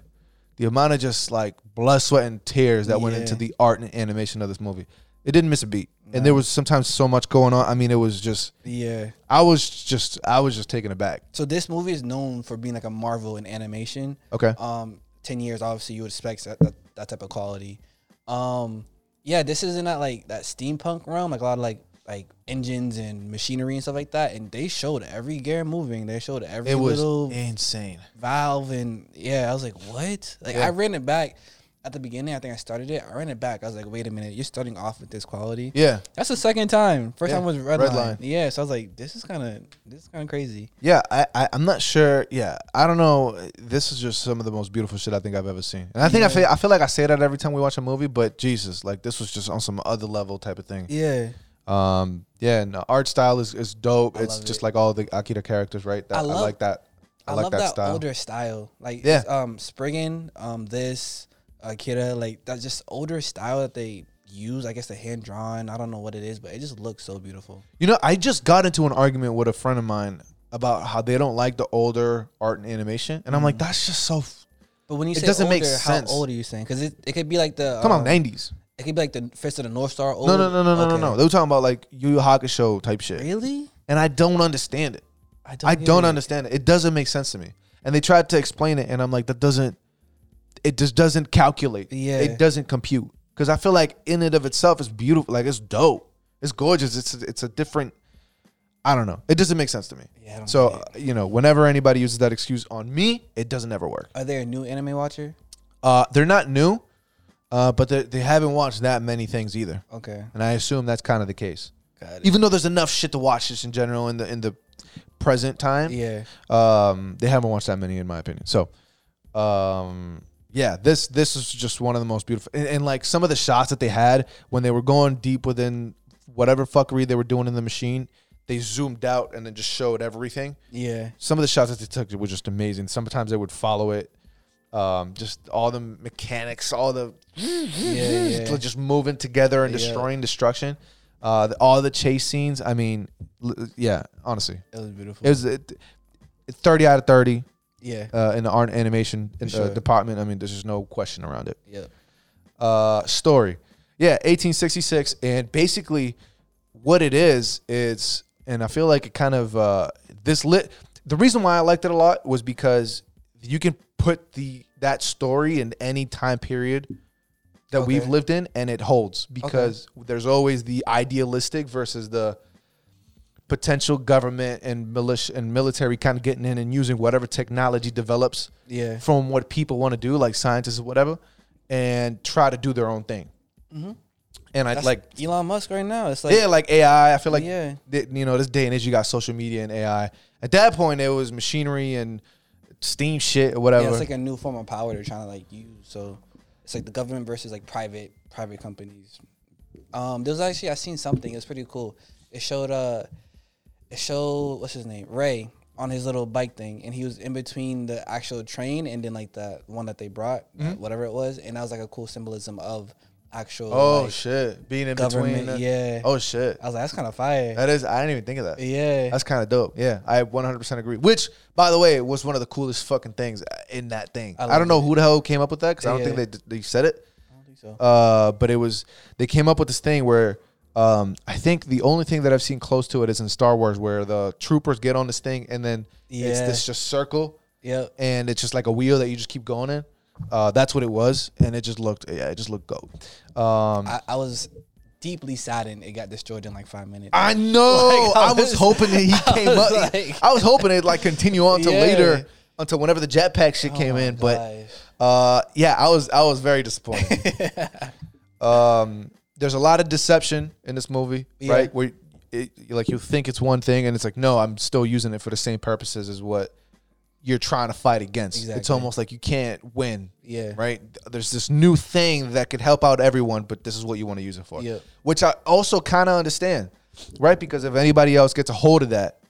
Speaker 1: the amount of just like blood, sweat, and tears that went
Speaker 2: Yeah.
Speaker 1: into the art and animation of this movie. It didn't miss a beat, and there was sometimes so much going on. I mean, it was just
Speaker 2: yeah.
Speaker 1: I was just I was just taken aback.
Speaker 2: So this movie is known for being like a marvel in animation.
Speaker 1: Okay,
Speaker 2: Um, ten years, obviously, you would expect that, that, that type of quality. Um, yeah, this is in that like that steampunk realm, like a lot of like like engines and machinery and stuff like that. And they showed every gear moving. They showed every
Speaker 1: it was
Speaker 2: little
Speaker 1: insane.
Speaker 2: valve and yeah i was like what like i ran it back at the beginning i think i started it i ran it back i was like wait a minute you're starting off with this quality
Speaker 1: Yeah,
Speaker 2: that's the second time first
Speaker 1: Yeah,
Speaker 2: time was red,
Speaker 1: Red
Speaker 2: line.
Speaker 1: Line.
Speaker 2: yeah so i was like this is kind of this is kind of crazy
Speaker 1: Yeah, I, I I'm not sure. Yeah, I don't know. This is just some of the most beautiful shit I think I've ever seen, and I think I feel I feel like I say that every time we watch a movie. But Jesus, like this was just on some other level type of thing.
Speaker 2: yeah
Speaker 1: Um, yeah, and the art style is is dope. it's
Speaker 2: love
Speaker 1: just
Speaker 2: it.
Speaker 1: like all the Akira characters, right? That, I,
Speaker 2: I love-
Speaker 1: like that. I,
Speaker 2: i,
Speaker 1: like
Speaker 2: love
Speaker 1: that,
Speaker 2: that,
Speaker 1: style.
Speaker 2: older style like
Speaker 1: Yeah.
Speaker 2: yeah um spriggan um this akira like that's just older style that they use i guess the hand drawn i don't know what it is but it just looks so beautiful
Speaker 1: You know, I just got into an argument with a friend of mine about how they don't like the older art and animation, and I'm
Speaker 2: Mm.
Speaker 1: like, that's just so. F-
Speaker 2: but when you
Speaker 1: It
Speaker 2: say
Speaker 1: doesn't
Speaker 2: older,
Speaker 1: make sense.
Speaker 2: how old are you saying because it, it could be like the
Speaker 1: Come on,
Speaker 2: um,
Speaker 1: '90s.
Speaker 2: it could be like the fist of the north star old.
Speaker 1: No, no, no, no, no,
Speaker 2: Okay.
Speaker 1: no, no. They were talking about like Yu Yu Hakusho type shit,
Speaker 2: Really?
Speaker 1: and I don't understand it.
Speaker 2: don't.
Speaker 1: I
Speaker 2: get
Speaker 1: don't
Speaker 2: it.
Speaker 1: understand it. It doesn't make sense to me. And they tried to explain it, and I'm like, that doesn't. It just doesn't calculate.
Speaker 2: Yeah.
Speaker 1: It doesn't compute because I feel like in and of itself, it's beautiful. Like it's dope. It's gorgeous. It's it's a different. I don't know. It doesn't make sense to me.
Speaker 2: Yeah, I don't
Speaker 1: so
Speaker 2: get
Speaker 1: uh, you know, whenever anybody uses that excuse on me, it doesn't ever work.
Speaker 2: Are they a new anime watcher?
Speaker 1: Uh, they're not new, uh, but they they haven't watched that many things either,
Speaker 2: Okay.
Speaker 1: and I assume that's kind of the case.
Speaker 2: Got it.
Speaker 1: Even though there's enough shit to watch just in general in the in the present time,
Speaker 2: Yeah.
Speaker 1: um, they haven't watched that many, in my opinion. So, um, yeah, this this is just one of the most beautiful, and, and like some of the shots that they had when they were going deep within whatever fuckery they were doing in the machine, they zoomed out and then just showed everything.
Speaker 2: Yeah.
Speaker 1: Some of the shots that they took were just amazing. Sometimes they would follow it, um, just all the mechanics, all the
Speaker 2: *laughs* Yeah. yeah.
Speaker 1: just moving together and
Speaker 2: Yeah.
Speaker 1: destroying destruction. Uh, the- all the chase scenes. I mean, l- yeah, honestly,
Speaker 2: It was beautiful.
Speaker 1: it was it, thirty out of thirty
Speaker 2: yeah.
Speaker 1: uh, in the art and animation in the
Speaker 2: sure.
Speaker 1: department. I mean, there's just no question around it.
Speaker 2: Yeah.
Speaker 1: Uh, story, yeah, 1866, and basically what it is is, and I feel like it kind of uh, this lit. The reason why I liked it a lot was because you can put the that story in any time period that we've
Speaker 2: Okay.
Speaker 1: lived in, and it holds because there's always the idealistic versus the potential government and militia and military kind of getting in and using whatever technology develops
Speaker 2: Yeah.
Speaker 1: from what people want to do, like scientists or whatever, and try to do their own thing. And I
Speaker 2: Mm-hmm. That's
Speaker 1: like,
Speaker 2: Elon Musk right now. It's like
Speaker 1: yeah, like AI. I feel like,
Speaker 2: Yeah.
Speaker 1: that, you know, this day and age, you got social media and AI. At that point, it was machinery and steam shit or whatever.
Speaker 2: yeah, it's like a new form of power they're trying to like use. So it's like the government versus like private private companies. Um, there was actually I seen something. It was pretty cool. It showed uh, it showed what's his name Ray on his little bike thing, and he was in between the actual train and then like the one that they brought,
Speaker 1: Mm-hmm.
Speaker 2: uh, whatever it was, and that was like a cool symbolism of actual.
Speaker 1: oh
Speaker 2: like,
Speaker 1: shit, being in between.
Speaker 2: government,
Speaker 1: the-
Speaker 2: yeah.
Speaker 1: Oh shit,
Speaker 2: I was like, that's kind of fire.
Speaker 1: that is. I didn't even think of that.
Speaker 2: yeah,
Speaker 1: That's kind of dope. Yeah, I 100% agree. Which, by the way, was one of the coolest fucking things in that thing. I,
Speaker 2: I
Speaker 1: don't know who the hell came up with that because I don't
Speaker 2: Yeah.
Speaker 1: think they, they said it.
Speaker 2: I don't think so.
Speaker 1: Uh, but it was they came up with this thing where um, I think the only thing that I've seen close to it is in Star Wars where the troopers get on this thing and then it's
Speaker 2: Yeah.
Speaker 1: this just circle
Speaker 2: Yep.
Speaker 1: and it's just like a wheel that you just keep going in. Uh, that's what it was, and it just looked yeah, it just looked goat. Um,
Speaker 2: I, I was deeply saddened it got destroyed in like five minutes.
Speaker 1: I know.
Speaker 2: *laughs* Like, I
Speaker 1: I was,
Speaker 2: was-
Speaker 1: hoping that he
Speaker 2: I
Speaker 1: came
Speaker 2: was
Speaker 1: up.
Speaker 2: like-
Speaker 1: I was hoping it like continue on to
Speaker 2: Yeah. Oh
Speaker 1: later until whenever the jetpack shit came
Speaker 2: my
Speaker 1: in.
Speaker 2: gosh.
Speaker 1: But uh, yeah, I was I was very disappointed.
Speaker 2: *laughs*
Speaker 1: *laughs* um, there's a lot of deception in this movie,
Speaker 2: Yeah.
Speaker 1: right? Where it, like you think it's one thing, and it's like no, I'm still using it for the same purposes as what you're trying to fight against. It's
Speaker 2: Exactly.
Speaker 1: almost like you can't win,
Speaker 2: Yeah.
Speaker 1: right? There's this new thing that could help out everyone, but this is what you want to use it for.
Speaker 2: Yeah.
Speaker 1: Which I also kind of understand, right? Because if anybody else gets a hold of that,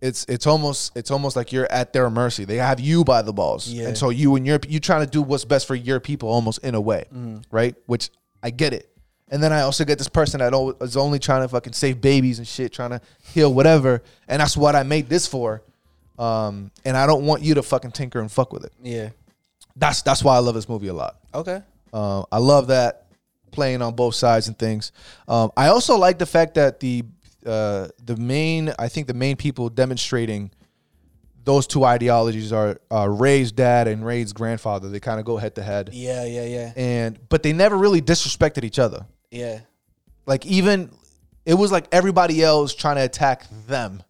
Speaker 1: it's it's almost it's almost like you're at their mercy. They have you by the balls,
Speaker 2: Yeah.
Speaker 1: and so you and your you trying to do what's best for your people, almost in a way,
Speaker 2: Mm-hmm.
Speaker 1: right? Which I get it. And then I also get this person that al- is only trying to fucking save babies and shit, trying to heal whatever, and that's what I made this for. Um, and I don't want you to fucking tinker and fuck with it.
Speaker 2: Yeah.
Speaker 1: That's that's why I love this movie a lot.
Speaker 2: Okay.
Speaker 1: Um, I love that playing on both sides and things. Um, I also like the fact that the uh, the main I think the main people demonstrating those two ideologies are uh, Ray's dad and Ray's grandfather. They kind of go head to head,
Speaker 2: Yeah. Yeah. Yeah.
Speaker 1: and but they never really disrespected each other.
Speaker 2: Yeah.
Speaker 1: Like even it was like everybody else trying to attack them,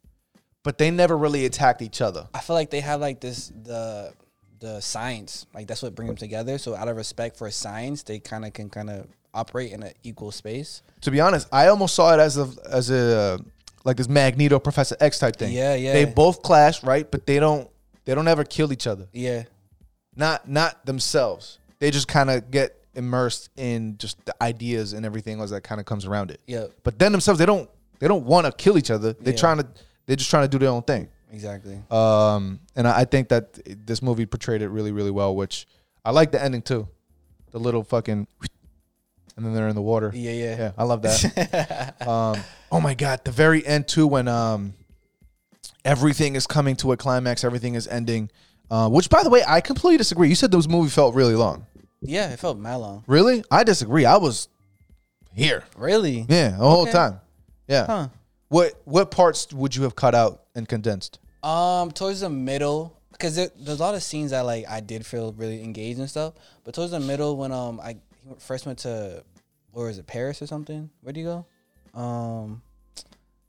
Speaker 1: but they never really attacked each other.
Speaker 2: I feel like they have like this the the science like that's what brings them together. So out of respect for science, they kind of can kind of operate in an equal space.
Speaker 1: to be honest, I almost saw it as a as a like this Magneto Professor X type thing.
Speaker 2: Yeah, yeah.
Speaker 1: They both clash, right? But they don't they don't ever kill each other.
Speaker 2: Yeah,
Speaker 1: Not not themselves. They just kind of get immersed in just the ideas and everything else that kind of comes around it.
Speaker 2: Yeah.
Speaker 1: But then themselves, they don't they don't want to kill each other. They're
Speaker 2: Yeah.
Speaker 1: trying to they're just trying to do their own thing.
Speaker 2: exactly.
Speaker 1: Um, and I, I think that this movie portrayed it really really well. Which I like the ending too. The little fucking, and then they're in the water.
Speaker 2: Yeah, yeah.
Speaker 1: Yeah, I love that.
Speaker 2: *laughs*
Speaker 1: um, oh my god, the very end too when um everything is coming to a climax, everything is ending. Uh, which by the way, I completely disagree. You said this movie felt really long.
Speaker 2: Yeah, it felt mad long.
Speaker 1: Really? I disagree. I was here.
Speaker 2: Really?
Speaker 1: Yeah, the whole
Speaker 2: Okay.
Speaker 1: time. Yeah.
Speaker 2: Huh.
Speaker 1: What what parts would you have cut out and condensed?
Speaker 2: Um, towards the middle, because there, there's a lot of scenes that like I did feel really engaged and stuff. But towards the middle, when um I he first went to, where was it Paris or something? Where'd you go? Um,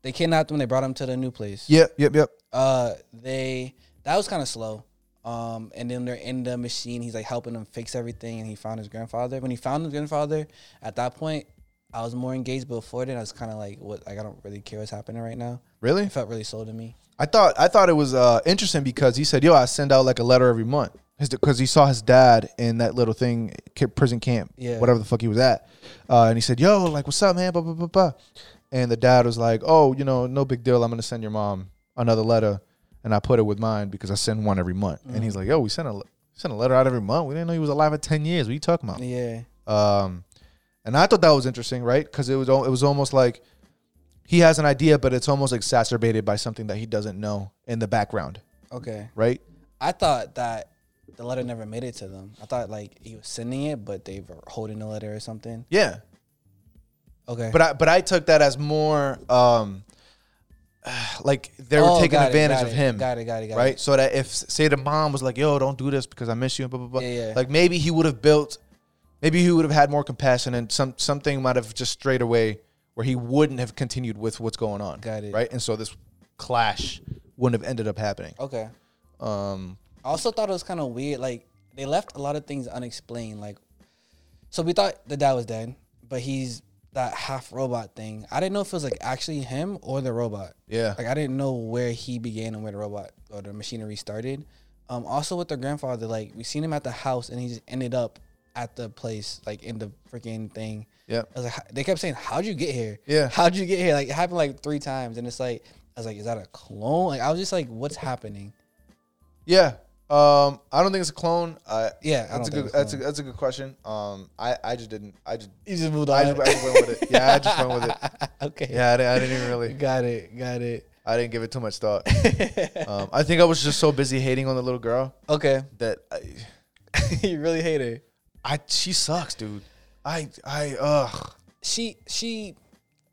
Speaker 2: they kidnapped him. They brought him to the new place.
Speaker 1: Yep, yep, yep.
Speaker 2: uh they that was kind of slow um and then they're in the machine he's like helping them fix everything and he found his grandfather when he found his grandfather at that point i was more engaged but before then i was kind of like what like i don't really care what's happening right now
Speaker 1: Really?
Speaker 2: it felt really slow to me
Speaker 1: I thought I thought it was uh, interesting because he said, "Yo, I send out like a letter every month," because he saw his dad in that little thing, ca- prison camp,
Speaker 2: Yeah.
Speaker 1: whatever the fuck he was at, uh, and he said, "Yo, like, what's up, man?" Blah blah blah blah, and the dad was like, "Oh, you know, no big deal. I'm gonna send your mom another letter, and I put it with mine because I send one every month." And he's like, "Yo, we sent a le- sent a letter out every month. We didn't know he was alive at ten years. What you talking about?"
Speaker 2: yeah
Speaker 1: Um, and I thought that was interesting, right? Because it was al- it was almost like he has an idea, but it's almost exacerbated by something that he doesn't know in the background,
Speaker 2: okay
Speaker 1: right?
Speaker 2: i thought that the letter never made it to them i thought like he was sending it but they were holding the letter or something
Speaker 1: Yeah,
Speaker 2: okay
Speaker 1: but I but I took that as more um, *sighs* like they were
Speaker 2: Oh,
Speaker 1: taking
Speaker 2: got it,
Speaker 1: advantage
Speaker 2: got
Speaker 1: of
Speaker 2: it,
Speaker 1: him,
Speaker 2: got it got it got
Speaker 1: right?
Speaker 2: it
Speaker 1: So that if say the mom was like, "Yo, don't do this because I miss you," and blah blah blah,
Speaker 2: Yeah, yeah.
Speaker 1: like maybe he would have built, maybe he would have had more compassion, and some something might have just straight away where he wouldn't have continued with what's going on,
Speaker 2: Got it.
Speaker 1: right? And so this clash wouldn't have ended up happening.
Speaker 2: okay
Speaker 1: Um,
Speaker 2: I also thought it was kind of weird. Like they left a lot of things unexplained. Like, so we thought the dad was dead, but he's that half robot thing. I didn't know if it was like actually him or the robot.
Speaker 1: yeah,
Speaker 2: Like I didn't know where he began and where the robot or the machinery started. Um, also with the grandfather, like we seen him at the house and he just ended up at the place, like in the freaking thing.
Speaker 1: Yep.
Speaker 2: I was like, "How-" they kept saying, "How'd you get here?
Speaker 1: Yeah.
Speaker 2: how'd you get here?" Like it happened like three times, and it's like I was like, "Is that a clone?" Like I was just like, "What's happening?"
Speaker 1: yeah. Um, I don't think it's a clone. I,
Speaker 2: Yeah, I
Speaker 1: that's a
Speaker 2: don't think
Speaker 1: good.
Speaker 2: it's
Speaker 1: that's
Speaker 2: a
Speaker 1: a
Speaker 2: clone.
Speaker 1: that's a good question. Um, I I just didn't. I just.
Speaker 2: You just moved
Speaker 1: I just, I just went with it. Yeah, I just went with it.
Speaker 2: *laughs* okay.
Speaker 1: Yeah, I didn't, I didn't even really.
Speaker 2: Got it. Got it.
Speaker 1: I didn't give it too much *laughs* thought. um, I think I was just so busy hating on the little girl
Speaker 2: Okay. *laughs*
Speaker 1: that I,
Speaker 2: you really hate her.
Speaker 1: I she sucks, dude. I I ugh.
Speaker 2: She she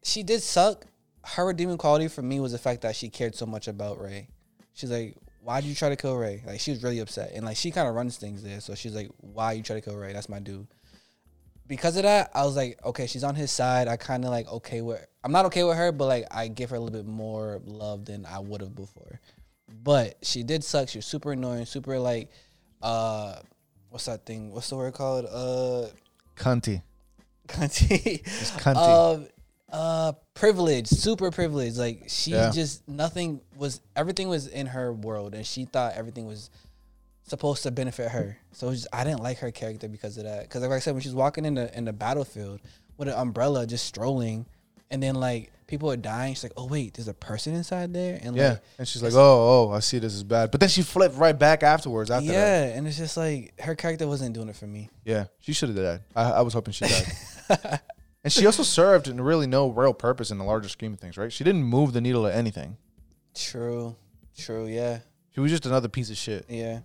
Speaker 2: she did suck. Her redeeming quality for me was the fact that she cared so much about Ray. She's like, why'd you try to kill Ray? Like she was really upset. And like she kind of runs things there. So she's like, why you try to kill Ray? That's my dude. Because of that, I was like, okay, she's on his side. I kind of like okay with. I'm not okay with her, but like I give her a little bit more love than I would have before. But she did suck. She was super annoying, super like, uh, what's that thing? What's the word called? Uh,
Speaker 1: Cunty.
Speaker 2: cunty.
Speaker 1: cunty.
Speaker 2: Um, uh privileged super privileged like she
Speaker 1: Yeah.
Speaker 2: just nothing was everything was in her world and she thought everything was supposed to benefit her so it was just, i didn't like her character because of that because like i said when she's walking in the in the battlefield with an umbrella just strolling and then like people are dying she's like oh wait there's a person inside there and
Speaker 1: Yeah,
Speaker 2: like
Speaker 1: and she's like, "Oh, oh, I see this is bad," but then she flipped right back afterwards. After that,
Speaker 2: yeah and it's just like her character wasn't doing it for me
Speaker 1: yeah, she should have died. I, I was hoping she died. *laughs* and she also served in really no real purpose in the larger scheme of things, right? She didn't move the needle at anything.
Speaker 2: true true yeah
Speaker 1: She was just another piece of shit.
Speaker 2: yeah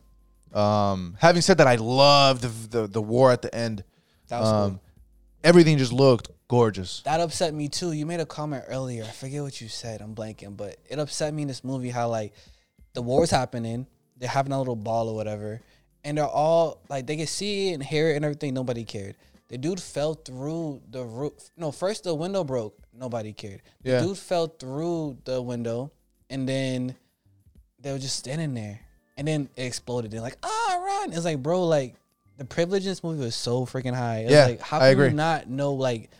Speaker 1: Um, having said that, I loved the the, the war at the end.
Speaker 2: that was cool.
Speaker 1: Um, everything just looked gorgeous.
Speaker 2: That upset me too. You made a comment earlier. I forget what you said. I'm blanking, but it upset me in this movie how like the war's happening. They're having a little ball or whatever, and they're all like they can see it and hear it and everything. Nobody cared. The dude fell through the roof. No, first the window broke. Nobody cared. The
Speaker 1: Yeah.
Speaker 2: dude fell through the window, and then they were just standing there, and then it exploded. They're like, "Ah, run!" It's like, bro, like the privilege in this movie was so freaking high. It was
Speaker 1: Yeah,
Speaker 2: like, how
Speaker 1: I
Speaker 2: can you
Speaker 1: agree.
Speaker 2: not know like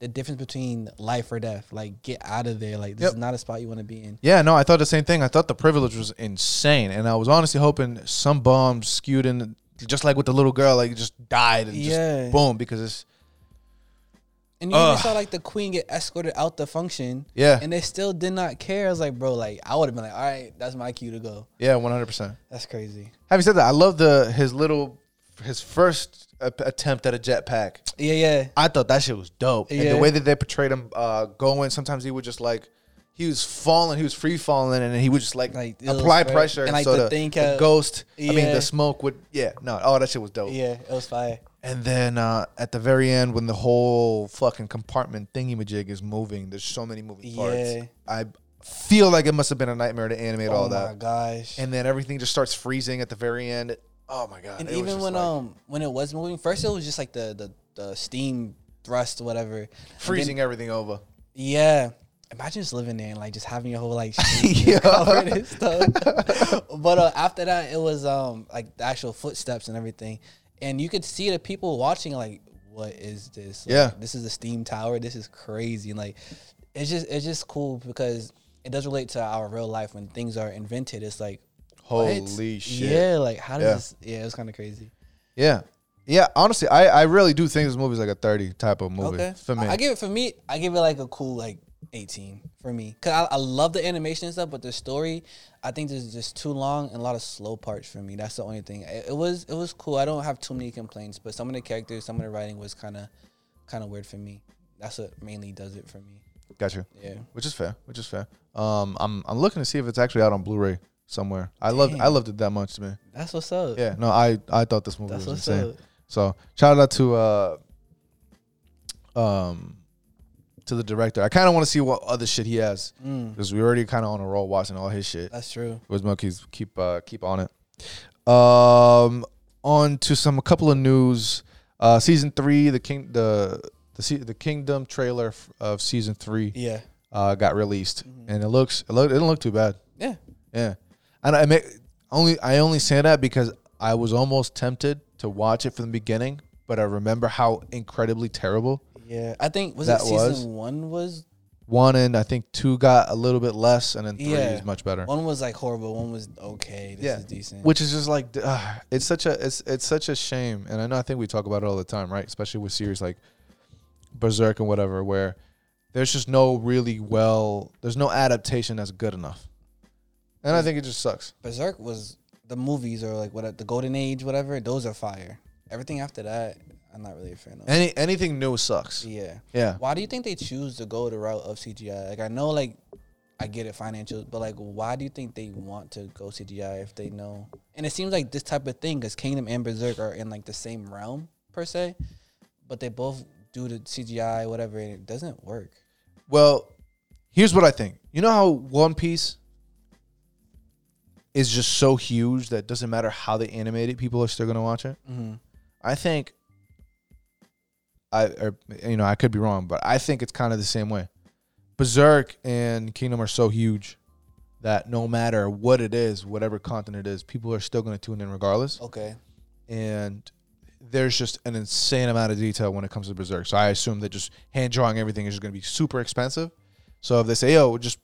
Speaker 2: the difference between life or death? Like, get out of there. Like, this
Speaker 1: Yep.
Speaker 2: is not a spot you want to be in.
Speaker 1: Yeah, no, I thought the same thing. I thought the privilege was insane, and I was honestly hoping some bomb skewed in, just like with the little girl, like just died and
Speaker 2: Yeah.
Speaker 1: just boom because it's
Speaker 2: And you even
Speaker 1: Ugh.
Speaker 2: saw like the queen get escorted out the function.
Speaker 1: Yeah.
Speaker 2: And they still did not care. I was like, bro, like I would have been like, all right, that's my cue to go.
Speaker 1: yeah, one hundred percent.
Speaker 2: That's crazy.
Speaker 1: Having said that, I love the his little his first a- attempt at a jetpack.
Speaker 2: Yeah, yeah.
Speaker 1: I thought that shit was dope. And
Speaker 2: Yeah.
Speaker 1: the way that they portrayed him uh, going, sometimes he would just like he was falling, he was free falling, and then he would just like,
Speaker 2: Like, it was
Speaker 1: apply
Speaker 2: very-
Speaker 1: pressure,
Speaker 2: and,
Speaker 1: and,
Speaker 2: like,
Speaker 1: so
Speaker 2: the
Speaker 1: the,
Speaker 2: thing
Speaker 1: the
Speaker 2: of-
Speaker 1: ghost, I mean
Speaker 2: Yeah.
Speaker 1: the smoke would, yeah, no, oh that shit was dope.
Speaker 2: Yeah. It was fire.
Speaker 1: And then uh, at the very end, when the whole fucking compartment thingy majig is moving, there's so many moving parts.
Speaker 2: Yeah.
Speaker 1: I feel like it must have been a nightmare to animate all
Speaker 2: oh
Speaker 1: that.
Speaker 2: my gosh.
Speaker 1: And then everything just starts freezing at the very end. Oh my god!
Speaker 2: And
Speaker 1: it was
Speaker 2: even
Speaker 1: just
Speaker 2: when
Speaker 1: like-
Speaker 2: um when it was moving, first it was just like the the, the steam thrust, whatever. And then-
Speaker 1: freezing everything
Speaker 2: *laughs*
Speaker 1: over.
Speaker 2: yeah. Imagine just living there and like just having your whole like
Speaker 1: *laughs*
Speaker 2: sheet just *laughs* covered and stuff. *laughs* but uh, after that, it was um like the actual footsteps and everything, and you could see the people watching like, what is this? Like,
Speaker 1: Yeah.
Speaker 2: this is a steam tower. This is crazy. And like, it's just it's just cool because it does relate to our real life when things are invented. It's like, what?
Speaker 1: Holy shit!
Speaker 2: Yeah, like how does
Speaker 1: Yeah.
Speaker 2: this? Yeah, it was kind of crazy.
Speaker 1: Yeah. Yeah, honestly, I, I really do think this movie's like a 30 type of movie
Speaker 2: Okay.
Speaker 1: for me.
Speaker 2: I, I give it for me. I give it like a cool like eighteen for me because I, I love the animation and stuff, but the story I think is just too long and a lot of slow parts for me. That's the only thing. It, it was it was cool. I don't have too many complaints, but some of the characters, some of the writing was kind of kind of weird for me. That's what mainly does it for me.
Speaker 1: Got you.
Speaker 2: Yeah.
Speaker 1: Which is fair. Which is fair. Um, I'm I'm looking to see if it's actually out on Blu-ray somewhere. I loved I
Speaker 2: Damn.
Speaker 1: loved it that much to me.
Speaker 2: That's what's up.
Speaker 1: Yeah. No, I I thought this movie
Speaker 2: That's
Speaker 1: was
Speaker 2: what's
Speaker 1: insane.
Speaker 2: up.
Speaker 1: So shout out to uh um to the director. I kind of want to see what other shit he has
Speaker 2: Mm,
Speaker 1: because we already kind of on a roll watching all his shit.
Speaker 2: that's true.
Speaker 1: Where's monkeys? Keep uh, keep on it. Um, on to some a couple of news. Uh, season three, the king, the the se- the kingdom trailer f- of season three
Speaker 2: Yeah. Mm-hmm.
Speaker 1: uh, got released, and it looks it, look, it didn't look too bad.
Speaker 2: Yeah.
Speaker 1: Yeah, and I make only I only say that because I was almost tempted to watch it from the beginning, but I remember how incredibly terrible
Speaker 2: Yeah. I think was
Speaker 1: That
Speaker 2: it season
Speaker 1: was-
Speaker 2: one was
Speaker 1: one and I think two got a little bit less, and then three
Speaker 2: Yeah.
Speaker 1: is much better.
Speaker 2: one was like horrible, one was okay. This
Speaker 1: Yeah.
Speaker 2: is decent.
Speaker 1: which is just like uh, it's such a it's it's such a shame and i know i think we talk about it all the time right especially with series like berserk and whatever where there's just no really well there's no adaptation that's good enough and i think it just sucks
Speaker 2: Berserk was the movies or like what the Golden Age, whatever. Those are fire. Everything after that, I'm not really a fan of.
Speaker 1: any anything new sucks
Speaker 2: Yeah.
Speaker 1: Eh? yeah
Speaker 2: Why do you think they choose to go the route of CGI? Like I know, like I get it, financials, but like why do you think they want to go CGI if they know? And it seems like this type of thing, because Kingdom and Berserk are in like the same realm per se, but they both do the CGI whatever, and it doesn't work.
Speaker 1: well here's what i think you know how one piece is just so huge that doesn't matter how they animate it people are still going to watch it
Speaker 2: Mm-hmm.
Speaker 1: I think I or, you know I could be wrong, but I think it's kind of the same way. Berserk and Kingdom are so huge that no matter what it is, whatever content it is, people are still going to tune in regardless.
Speaker 2: Okay.
Speaker 1: And there's just an insane amount of detail when it comes to Berserk. So I assume that just hand drawing everything is just going to be super expensive. So if they say, "Yo, just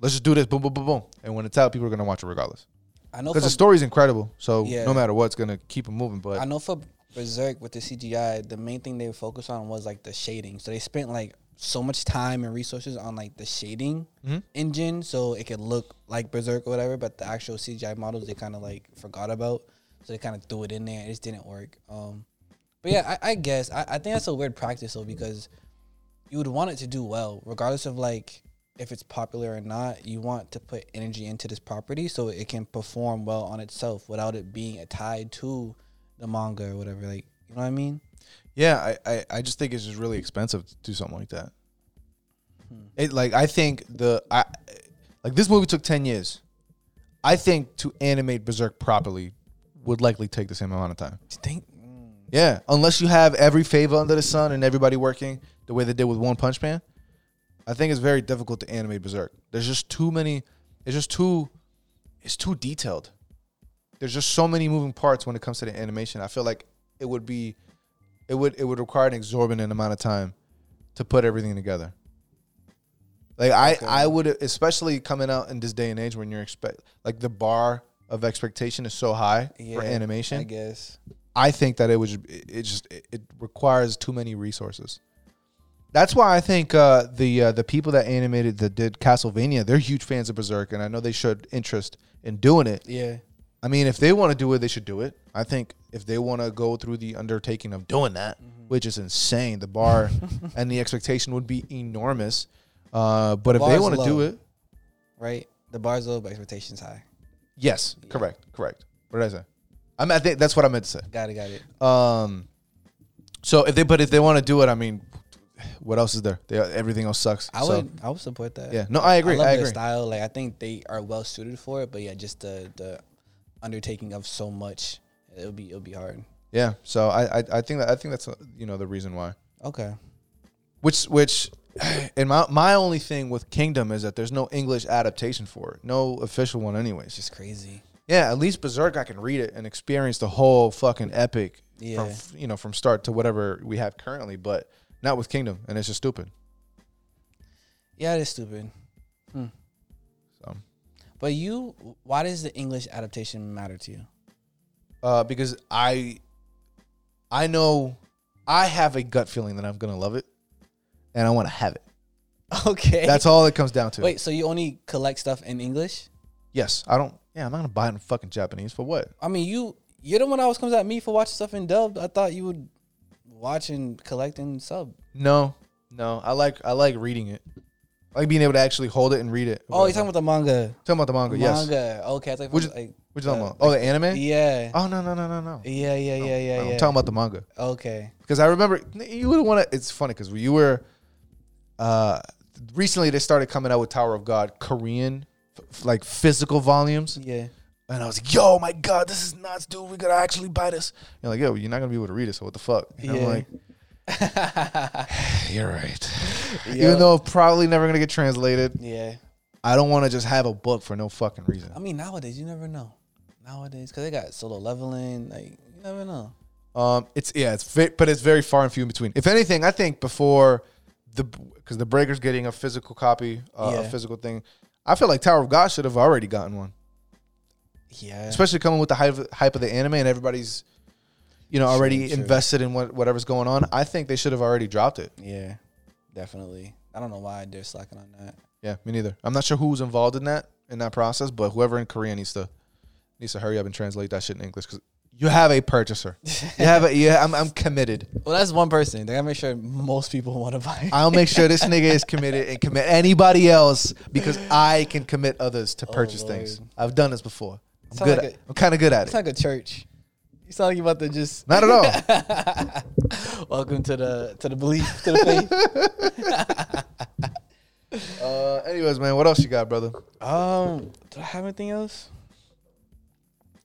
Speaker 1: let's just do this," boom, boom, boom, boom, and when it's out, people are going to watch it regardless
Speaker 2: I know
Speaker 1: because the
Speaker 2: for,
Speaker 1: story's incredible. So
Speaker 2: Yeah.
Speaker 1: no matter what, it's going to keep it moving. But
Speaker 2: I know for Berserk with the CGI, the main thing they focused on was like the shading. So they spent like so much time and resources on like the shading
Speaker 1: Mhm.
Speaker 2: engine, so it could look like Berserk or whatever. But the actual CGI models they kind of like forgot about, so they kind of threw it in there. It just didn't work. Um, but yeah, I, I guess I, I think that's a weird practice though because you would want it to do well, regardless of like if it's popular or not. You want to put energy into this property so it can perform well on itself without it being tied to the manga or whatever. Like, you know what I mean?
Speaker 1: Yeah, I, I, I just think it's just really expensive to do something like that.
Speaker 2: Hmm.
Speaker 1: It like I think the I like this movie took ten years. I think to animate Berserk properly would likely take the same amount of time.
Speaker 2: Think
Speaker 1: Yeah, unless you have every favor under the sun and everybody working the way they did with One Punch Man, I think it's very difficult to animate Berserk. There's just too many. It's just too. It's too detailed. There's just so many moving parts when it comes to the animation. I feel like it would be, it would it would require an exorbitant amount of time to put everything together. Like I I would especially coming out in this day and age when you're expect like the bar of expectation is so high
Speaker 2: yeah,
Speaker 1: for animation.
Speaker 2: I guess.
Speaker 1: I think that it was it it just it it requires too many resources. That's why I think uh, the uh, the people that animated that did Castlevania, they're huge fans of Berserk, and I know they showed interest in doing it.
Speaker 2: Yeah.
Speaker 1: I mean, if they want to do it, they should do it. I think if they want to go through the undertaking of doing that, which is insane, the bar and the expectation would be enormous. Uh, but if they
Speaker 2: Bar's
Speaker 1: want to do
Speaker 2: low.
Speaker 1: it,
Speaker 2: Right? The bar's low, but expectations high.
Speaker 1: yes, correct, correct. What did I say? I'm, I think that's what I meant to say.
Speaker 2: Got it, got it.
Speaker 1: Um, so if they, but if they want to do it, I mean, what else is there? They, everything else sucks.
Speaker 2: I
Speaker 1: so,
Speaker 2: would I would support that.
Speaker 1: Yeah. No, I agree.
Speaker 2: I love
Speaker 1: I
Speaker 2: their
Speaker 1: agree.
Speaker 2: style. Like I think they are well suited for it, but yeah, just the the undertaking of so much, it'll be it'll be hard.
Speaker 1: Yeah. So I, I, I think that I think that's uh, you know the reason why.
Speaker 2: Okay.
Speaker 1: Which, which, *sighs* and my my only thing with Kingdom is that there's no English adaptation for it, no official one, anyways.
Speaker 2: Just crazy.
Speaker 1: Yeah. At least Berserk, I can read it and experience the whole fucking epic.
Speaker 2: Yeah.
Speaker 1: From, you know, from start to whatever we have currently, but not with Kingdom, and it's just stupid.
Speaker 2: Yeah, it is stupid. Hmm.
Speaker 1: So.
Speaker 2: But you why does the English adaptation matter to you?
Speaker 1: uh, because I I know I have a gut feeling that I'm gonna love it, and I want to have it.
Speaker 2: *laughs* Okay.
Speaker 1: That's all it comes down to.
Speaker 2: *laughs* Wait, so you only collect stuff in English?
Speaker 1: Yes, I don't. Yeah, I'm not gonna buy it in fucking Japanese for what?
Speaker 2: I mean, you you're the one that always comes at me for watching stuff in dub. I thought you would watch and collect in sub.
Speaker 1: No, no. I like I like reading it. I like being able to actually hold it and read it.
Speaker 2: Oh, you're talking about the manga.
Speaker 1: talking about the manga? Yes.
Speaker 2: Manga. Okay, I thought
Speaker 1: Which-
Speaker 2: like
Speaker 1: What you talking
Speaker 2: Uh,
Speaker 1: about? Oh, the anime.
Speaker 2: yeah.
Speaker 1: Oh no no no no no.
Speaker 2: Yeah, yeah, yeah, yeah, yeah.
Speaker 1: I'm talking about the manga.
Speaker 2: okay.
Speaker 1: because I remember you would want to. It's funny because you were uh, recently they started coming out with Tower of God Korean f- like physical volumes,
Speaker 2: Yeah.
Speaker 1: and I was like, "Yo, my God, this is nuts, dude. We gotta actually buy this." You're like, "Yo, you're not gonna be able to read it, so what the fuck?" And I'm
Speaker 2: Yeah.
Speaker 1: like, *sighs* "You're right."
Speaker 2: Yeah.
Speaker 1: Even though it's probably never gonna get translated,
Speaker 2: yeah.
Speaker 1: I don't want to just have a book for no fucking reason.
Speaker 2: I mean, nowadays you never know. Nowadays, because they got solo leveling, like you never know.
Speaker 1: Um, it's yeah, it's ve- but it's very far and few in between. If anything, I think before the because the Breaker's getting a physical copy, uh, a
Speaker 2: Yeah.
Speaker 1: physical thing. I feel like Tower of God should have already gotten one,
Speaker 2: Yeah.
Speaker 1: especially coming with the hype, hype of the anime and everybody's, you know, already
Speaker 2: sure.
Speaker 1: invested in what, whatever's going on. I think they should have already dropped it.
Speaker 2: Yeah. Definitely. I don't know why they're slacking on that.
Speaker 1: Yeah, me neither. I'm not sure who was involved in that in that process, but whoever in Korea needs to needs to hurry up and translate that shit in English because you have a
Speaker 2: *laughs*
Speaker 1: purchaser. you have a yeah. I'm I'm committed.
Speaker 2: Well, that's one person. They gotta make sure most people *laughs* want to buy.
Speaker 1: I'll make sure this nigga is committed and commit anybody else because I can commit others to purchase
Speaker 2: Oh, Lord.
Speaker 1: things. I've done this before. I'm
Speaker 2: Sound
Speaker 1: good.
Speaker 2: like
Speaker 1: at,
Speaker 2: a-
Speaker 1: I'm kind of good at
Speaker 2: It's
Speaker 1: it.
Speaker 2: like a church. You sound like you about to just
Speaker 1: Not at all.
Speaker 2: welcome to the to the belief to the *laughs* faith.
Speaker 1: uh, anyways, man, what else you got, brother?
Speaker 2: um, do I have anything else?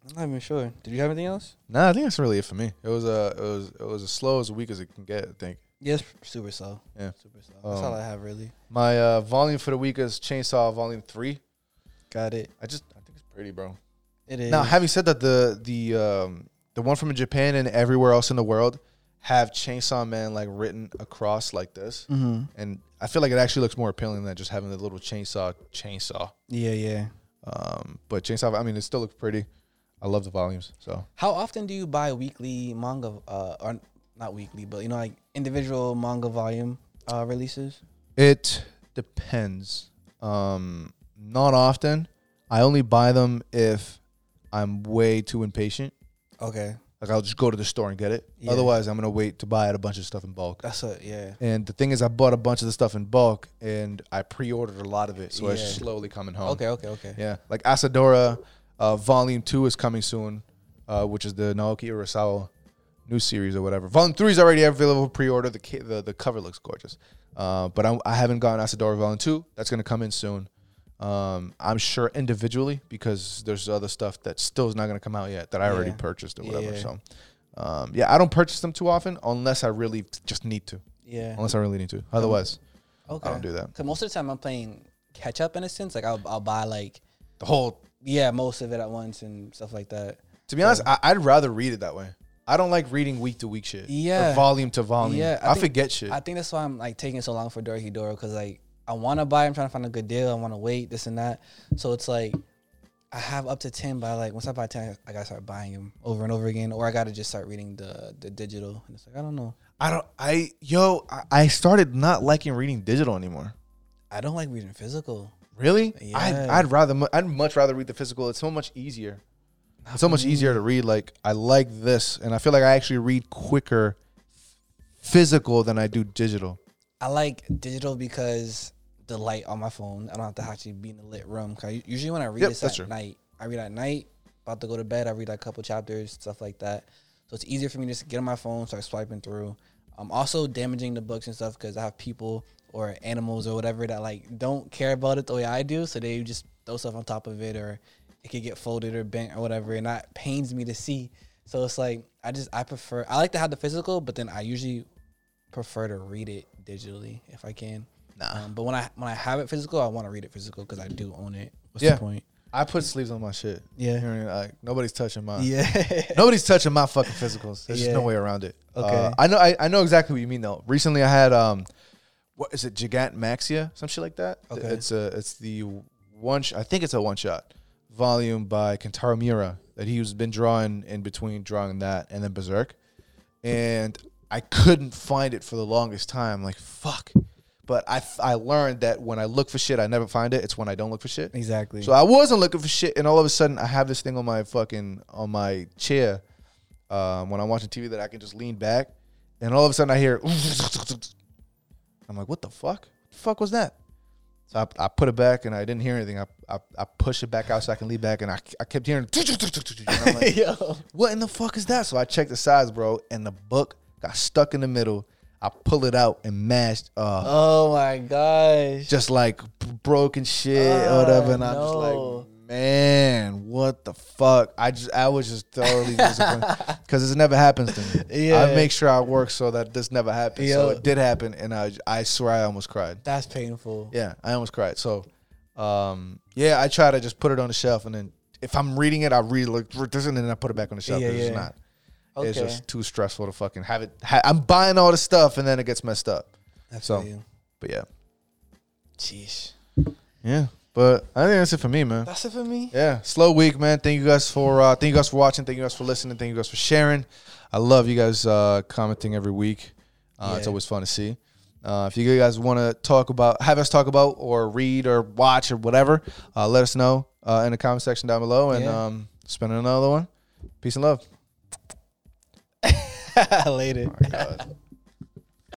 Speaker 2: I'm not even sure. Did you have anything else?
Speaker 1: Nah, I think that's really it for me. It was uh, it was it was as slow as weak as it can get. I think
Speaker 2: Yes, super slow.
Speaker 1: Yeah.
Speaker 2: super slow. That's
Speaker 1: Um,
Speaker 2: all I have really.
Speaker 1: my uh, volume for the week is Chainsaw Volume Three.
Speaker 2: Got it.
Speaker 1: I just I think it's pretty, bro.
Speaker 2: It is.
Speaker 1: Now, having said that, the the um, the one from Japan and everywhere else in the world have Chainsaw Man like written across like this,
Speaker 2: Mm-hmm.
Speaker 1: and I feel like it actually looks more appealing than just having the little chainsaw chainsaw.
Speaker 2: Yeah, yeah.
Speaker 1: Um, but chainsaw, I mean, it still looks pretty. I love the volumes. So
Speaker 2: How often do you buy weekly manga, uh, or not weekly, but you know, like individual manga volume uh, releases?
Speaker 1: it depends. Um, not often. I only buy them if I'm way too impatient.
Speaker 2: Okay,
Speaker 1: Like I'll just go to the store and get it.
Speaker 2: Yeah.
Speaker 1: Otherwise, I'm gonna wait to buy a bunch of stuff in
Speaker 2: *laughs*
Speaker 1: bulk.
Speaker 2: that's a yeah.
Speaker 1: And the thing is, I bought a bunch of the stuff in bulk, and I pre-ordered a lot of it, so
Speaker 2: Yeah.
Speaker 1: it's slowly coming home.
Speaker 2: Okay, okay, okay.
Speaker 1: Yeah, like Asadora, uh, Volume Two is coming soon, uh, which is the Naoki Urasawa new series or whatever. Volume Three is already available pre-order. The ca- the, the cover looks gorgeous, uh, but I'm, I haven't gotten Asadora Volume Two. That's gonna come in soon. Um, I'm sure individually because there's other stuff that still is not gonna come out yet that I already
Speaker 2: Yeah.
Speaker 1: purchased or
Speaker 2: Yeah,
Speaker 1: whatever.
Speaker 2: yeah.
Speaker 1: So, um, yeah, I don't purchase them too often unless I really just need to.
Speaker 2: Yeah.
Speaker 1: Unless I really need to. Otherwise,
Speaker 2: Okay.
Speaker 1: I don't do that.
Speaker 2: Cause most of the time I'm playing catch up in a sense. Like I'll I'll buy like
Speaker 1: The whole
Speaker 2: yeah most of it at once and stuff like that.
Speaker 1: To be honest, I, I'd rather read it that way. I don't like reading week to week shit.
Speaker 2: Yeah.
Speaker 1: Or volume to volume.
Speaker 2: Yeah, I
Speaker 1: I,
Speaker 2: think-
Speaker 1: forget shit.
Speaker 2: I think that's why I'm like taking so long for Dorohedoro because like I want to buy. I'm trying to find a good deal. I want to wait this and that. So it's like I have up to ten, but I, like once I buy ten, I gotta start buying them over and over again, or I gotta just start reading the the digital. And it's like I don't know.
Speaker 1: I don't. I yo. I, I started not liking reading digital anymore.
Speaker 2: I don't like reading physical.
Speaker 1: Really? I'd,
Speaker 2: Yeah.
Speaker 1: I'd rather. mu- I'd much rather read the physical. It's so much easier. It's so much easier to read. Like I like this, and I feel like I actually read quicker physical than I do digital.
Speaker 2: I like digital because the light on my phone. I don't have to actually be in a lit room. 'Cause I- usually when I read
Speaker 1: Yep,
Speaker 2: it's
Speaker 1: that's
Speaker 2: at
Speaker 1: true.
Speaker 2: night. I read at night, about to go to bed. I read like a couple chapters, stuff like that. So it's easier for me to just get on my phone, start swiping through. I'm also damaging the books and stuff because I have people or animals or whatever that like don't care about it the way I do. So they just throw stuff on top of it or it could get folded or bent or whatever. And that pains me to see. So it's like I just I prefer I like to have the physical, but then I usually prefer to read it digitally if I can.
Speaker 1: Nah.
Speaker 2: Um, but when I when I have it physical, I want to read it physical because I do own it. What's
Speaker 1: Yeah.
Speaker 2: the point?
Speaker 1: I put sleeves on my shit.
Speaker 2: Yeah.
Speaker 1: You know what I mean? Like, nobody's touching mine.
Speaker 2: Yeah.
Speaker 1: *laughs* Nobody's touching my fucking physicals. There's
Speaker 2: Yeah.
Speaker 1: just no way around it.
Speaker 2: Okay.
Speaker 1: Uh, I know. I, I know exactly what you mean though. Recently, I had um, what is it, Gigant Maxia, some shit like that.
Speaker 2: Okay.
Speaker 1: It's a it's the one. Sh- I think it's a one shot volume by Kentaro Miura that he's been drawing in between drawing that and then Berserk, and I couldn't find it for the longest time. Like fuck. But I, I learned that when I look for shit, I never find it. It's when I don't look for shit.
Speaker 2: *laughs* exactly.
Speaker 1: So I wasn't looking for shit, and all of a sudden I have this thing on my fucking on my chair um, when I'm watching TV that I can just lean back, and all of a sudden I hear, I'm like, what the fuck? the fuck was that? So I, I put it back and I didn't hear anything. I, I I push it back out so I can lean back, and I, I kept hearing. and
Speaker 2: *laughs*
Speaker 1: I'm like,
Speaker 2: Yo.
Speaker 1: what in the fuck is that? So I checked the sides, bro, and the book got stuck in the middle. I pull it out and mashed. Uh,
Speaker 2: Oh my gosh.
Speaker 1: just like b- broken shit
Speaker 2: Oh,
Speaker 1: or whatever. And I'm
Speaker 2: no.
Speaker 1: just like, man, what the fuck? I just I was just
Speaker 2: *laughs*
Speaker 1: thoroughly disappointed because this never happens to me.
Speaker 2: Yeah.
Speaker 1: I make sure I work so that this never happens. So
Speaker 2: Yeah.
Speaker 1: it did happen, and I I swear I almost cried.
Speaker 2: That's painful.
Speaker 1: Yeah, I almost cried. So, um, yeah, I try to just put it on the shelf, and then if I'm reading it, I read like re- this, and then I put it back on the shelf.
Speaker 2: Yeah,
Speaker 1: Yeah, It's
Speaker 2: yeah.
Speaker 1: not. It's
Speaker 2: Okay.
Speaker 1: just too stressful to fucking have it. Ha- I'm buying all the stuff, and then it gets messed up.
Speaker 2: I feel
Speaker 1: so-
Speaker 2: you.
Speaker 1: But yeah,
Speaker 2: Jeez.
Speaker 1: yeah. But I think that's it for me, man.
Speaker 2: That's it for me.
Speaker 1: Yeah, slow week, man. Thank you guys for uh, thank you guys for watching. Thank you guys for listening. Thank you guys for sharing. I love you guys uh, commenting every week. Uh, It's
Speaker 2: Yeah.
Speaker 1: always fun to see. Uh, if you guys want to talk about, have us talk about, or read, or watch, or whatever, uh, let us know uh, in the comment section down below. And
Speaker 2: Yeah.
Speaker 1: um, spin another one. Peace and love.
Speaker 2: *laughs* Later.
Speaker 1: *laughs* Oh, God.